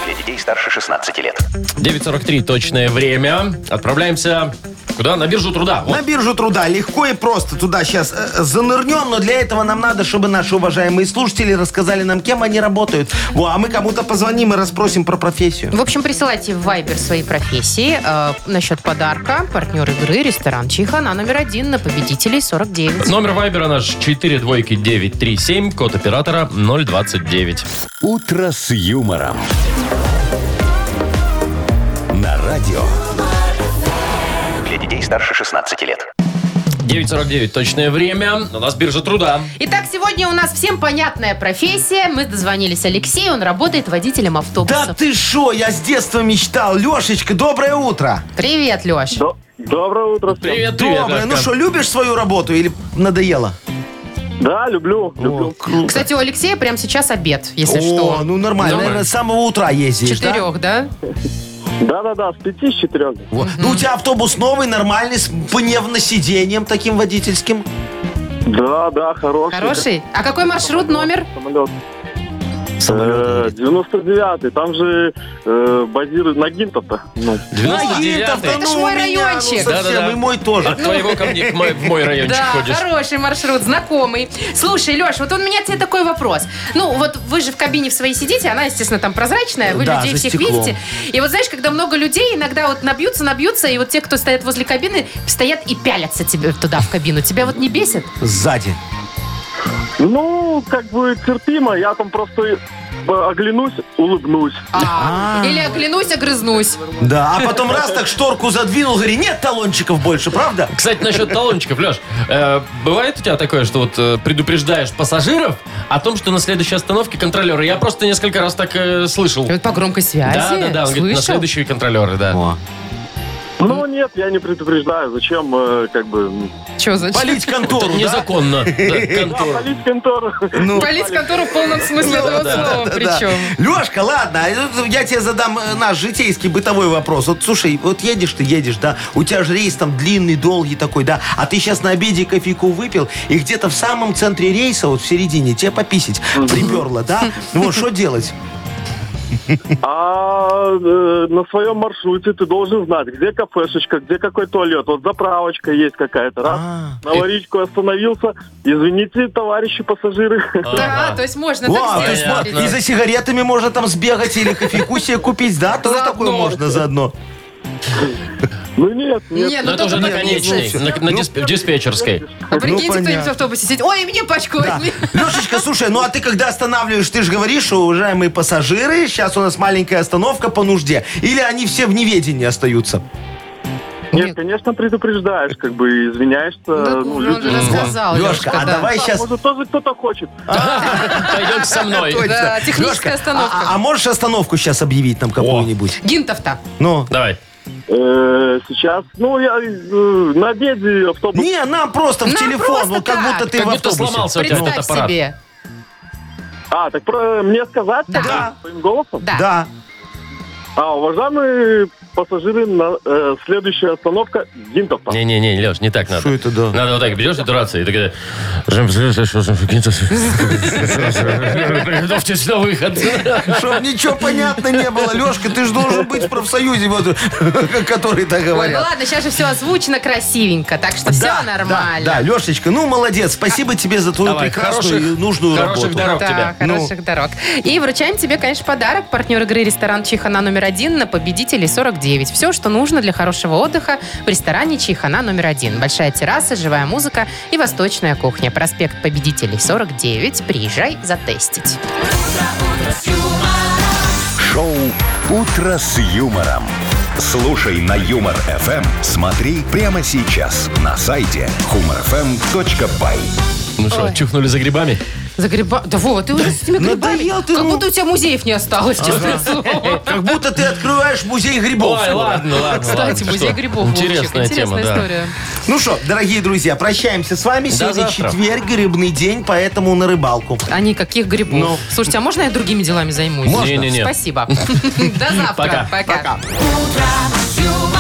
Speaker 5: Для детей старше 16 лет.
Speaker 2: 9.43 точное время. Отправляемся куда? На биржу труда. Вот.
Speaker 4: На биржу труда легко и просто туда сейчас занырнем, но для этого нам надо, чтобы наши уважаемые слушатели рассказали нам, кем они работают. Во, а мы кому-то позвоним и расспросим про профессию.
Speaker 3: В общем, присылайте в Viber свои профессии. Э, насчет подарка. Партнер игры ресторан Чихана номер один на победителей 49.
Speaker 2: Номер Вайбера наш 4 двойки 937, код оператора 029.
Speaker 1: «Утро с юмором» на радио.
Speaker 5: Для детей старше 16 лет.
Speaker 2: 9.49 точное время. У нас биржа труда.
Speaker 3: Итак, сегодня у нас всем понятная профессия. Мы дозвонились Алексею, он работает водителем
Speaker 4: Да
Speaker 3: автобусов.
Speaker 4: ты шо, я с детства мечтал. Лешечка, доброе утро.
Speaker 3: Привет, Леш.
Speaker 6: До- Доброе утро всем.
Speaker 2: Привет, привет.
Speaker 4: Доброе. Ну
Speaker 2: Лёшка.
Speaker 4: что, любишь свою работу или надоело?
Speaker 6: Да, люблю, люблю.
Speaker 3: Кстати, у Алексея прямо сейчас обед, если
Speaker 4: О,
Speaker 3: что.
Speaker 4: ну нормально.
Speaker 2: Нормально.
Speaker 4: Наверное, с самого утра ездишь, да? Ну,
Speaker 3: Четырех, да?
Speaker 6: Да-да-да, с пяти, с четырех.
Speaker 4: Во. Ну, у тебя автобус новый, нормальный, с пневносидением таким водительским.
Speaker 6: Да-да, хороший.
Speaker 3: Хороший. А какой маршрут, номер?
Speaker 6: Самолет. Э, 99-й, там же э, базирует Нагинта-то. Ну,
Speaker 2: 99-й.
Speaker 4: Нагинтов-то,
Speaker 3: Это ж
Speaker 4: ну,
Speaker 3: мой
Speaker 4: у меня, ну,
Speaker 3: райончик.
Speaker 4: совсем,
Speaker 2: Да-да-да.
Speaker 4: И мой
Speaker 2: От
Speaker 4: тоже.
Speaker 2: твоего ко мне к мой- в мой райончик
Speaker 3: Да,
Speaker 2: ходишь.
Speaker 3: хороший маршрут, знакомый. Слушай, Леш, вот у меня тебе такой вопрос. Ну, вот вы же в кабине в своей сидите, она, естественно, там прозрачная, вы
Speaker 4: Да,
Speaker 3: людей
Speaker 4: за
Speaker 3: всех
Speaker 4: стеклом.
Speaker 3: видите. И вот знаешь, когда много людей, иногда вот набьются, набьются, и вот те, кто стоят возле кабины, стоят и пялятся тебе туда, в кабину. Тебя вот не бесит?
Speaker 4: А Сзади.
Speaker 6: ну, как бы терпимо, я там просто э, оглянусь, улыбнусь.
Speaker 3: А. Или оглянусь, огрызнусь.
Speaker 4: Да, а потом раз так шторку задвинул, говори, нет талончиков больше, правда?
Speaker 2: Кстати, насчет талончиков, Леш, э, бывает у тебя такое, что вот э, предупреждаешь пассажиров о том, что на следующей остановке контролеры? Я просто несколько раз так э, слышал.
Speaker 3: Вот по громкой связи.
Speaker 2: Да, да, да, он говорит, на
Speaker 3: слышал?
Speaker 2: следующие контролеры, да.
Speaker 4: О.
Speaker 6: Ну, не нет, я не предупреждаю. Зачем, э, как бы... м,
Speaker 3: Че за
Speaker 4: Полить
Speaker 2: Вот
Speaker 4: контору,
Speaker 2: это
Speaker 4: ну да?
Speaker 2: незаконно. Да,
Speaker 6: Да,
Speaker 2: контора.
Speaker 6: полить контору.
Speaker 4: Ну.
Speaker 3: контору в полном смысле этого слова причем.
Speaker 4: Лешка, ладно, а тут я тебе задам э, наш житейский бытовой вопрос. Вот слушай, вот едешь ты, едешь, да, у тебя же рейс там длинный, долгий такой, да, а ты сейчас на обеде кофейку выпил, и где-то в самом центре рейса, вот в середине, тебе пописить приперло, да? Ну вот, что делать?
Speaker 6: А э, на своем маршруте ты должен знать, где кафешечка, где какой туалет. Вот заправочка есть какая-то. Раз,
Speaker 4: А.
Speaker 6: на аварийку остановился. Извините, товарищи пассажиры.
Speaker 3: Да, то есть можно
Speaker 4: Во,
Speaker 3: Ну, так
Speaker 4: то есть
Speaker 3: сделать.
Speaker 4: вот
Speaker 2: Понятно.
Speaker 4: и за сигаретами можно там сбегать или кофейку себе купить, да? Тоже
Speaker 3: Заодно.
Speaker 4: такое можно заодно.
Speaker 6: Ну нет, нет.
Speaker 3: Нет,
Speaker 2: Но
Speaker 3: ну
Speaker 2: это уже
Speaker 3: только
Speaker 2: на
Speaker 3: на
Speaker 2: конечной,
Speaker 3: конечной.
Speaker 2: на, на дисп- в диспетчерской.
Speaker 3: А прикиньте, кто-нибудь
Speaker 4: Ну,
Speaker 3: в
Speaker 4: понятно.
Speaker 3: автобусе сидит. Ой, мне пачку
Speaker 4: Да.
Speaker 3: возьми.
Speaker 4: Лешечка, слушай, ну а ты когда останавливаешь, ты же говоришь, что уважаемые пассажиры, сейчас у нас маленькая остановка по нужде. Или они все в неведении остаются?
Speaker 6: Нет,
Speaker 4: э,
Speaker 6: конечно, предупреждаешь, как бы извиняешься.
Speaker 3: Да,
Speaker 6: ну,
Speaker 3: Он же
Speaker 6: люди-
Speaker 3: рассказал.
Speaker 4: Лешка, а
Speaker 3: да.
Speaker 4: давай
Speaker 6: Так,
Speaker 4: сейчас...
Speaker 6: Может, тоже кто-то хочет.
Speaker 2: Пойдемте со мной.
Speaker 3: Да, техническая
Speaker 4: А, а-
Speaker 3: остановка.
Speaker 4: а можешь остановку сейчас объявить нам какую-нибудь?
Speaker 3: Гинтов-то.
Speaker 4: Ну.
Speaker 2: Давай.
Speaker 6: Э, Сейчас, ну, я э, на обеде автобус.
Speaker 4: Не, нам просто в
Speaker 3: Нам
Speaker 4: телефон,
Speaker 3: просто
Speaker 4: вот как
Speaker 3: так.
Speaker 4: будто ты
Speaker 2: Как
Speaker 4: в
Speaker 2: будто
Speaker 4: автобусе.
Speaker 2: сломался у тебя
Speaker 3: Представь
Speaker 2: фотоаппарат.
Speaker 3: себе.
Speaker 6: А, так про мне сказать?
Speaker 3: Да.
Speaker 6: как бы, Своим голосом?
Speaker 3: Да.
Speaker 4: Да.
Speaker 6: А, уважаемые пассажиры, на- э, следующая остановка Гинтовта.
Speaker 2: Не-не-не, Леш, не так
Speaker 4: Что
Speaker 2: надо.
Speaker 4: это да?
Speaker 2: Надо вот так берешь и дураться, и такая... «Жим, жим, жим, жим, жим, жим, жим». Приготовьтесь на выход.
Speaker 4: Чтоб ничего понятно не было. Лешка, ты же должен быть в профсоюзе, вот, который так
Speaker 3: Ой, ну
Speaker 4: говорят.
Speaker 3: ладно, сейчас же все озвучено красивенько, так что все
Speaker 4: Да,
Speaker 3: нормально.
Speaker 4: Да, да, Лешечка, ну молодец, спасибо тебе за твою
Speaker 2: Давай,
Speaker 4: прекрасную
Speaker 2: хороших-
Speaker 4: и нужную
Speaker 2: хороших
Speaker 4: работу.
Speaker 2: дорог.
Speaker 3: Да,
Speaker 2: тебе.
Speaker 3: хороших дорог. И вручаем тебе, конечно, подарок. Партнер игры ресторан Чайхана номер один на победителей 49. Все, что нужно для хорошего отдыха в ресторане Чайхана номер один. Большая терраса, живая музыка и восточная кухня. Проспект Победителей 49. Приезжай затестить.
Speaker 1: Шоу «Утро с юмором». Слушай на Юмор ФМ. Смотри прямо сейчас на сайте humorfm.by.
Speaker 2: Ну что, чухнули за грибами?
Speaker 3: За гриба... Да Вова, ты уже с этими грибами.
Speaker 4: Надоел ты,
Speaker 3: как
Speaker 4: ну.
Speaker 3: будто у тебя музеев не осталось, честное слово.
Speaker 4: Как будто ты открываешь музей грибов.
Speaker 2: Ой,
Speaker 4: скоро.
Speaker 2: ладно, ладно.
Speaker 3: Кстати,
Speaker 2: ладно,
Speaker 3: музей
Speaker 2: что?
Speaker 3: грибов. Вовчик,
Speaker 2: Интересная тема, да.
Speaker 3: история.
Speaker 4: Ну что, дорогие друзья, прощаемся с вами. Сегодня
Speaker 2: завтра.
Speaker 4: четверг, грибный день, поэтому на рыбалку.
Speaker 3: Они каких А грибов?
Speaker 4: Ну.
Speaker 3: Слушайте, а можно я другими делами займусь?
Speaker 2: Можно. Не-не-не.
Speaker 3: Спасибо. До завтра.
Speaker 2: Пока.
Speaker 3: Пока.
Speaker 7: Утро с юмором.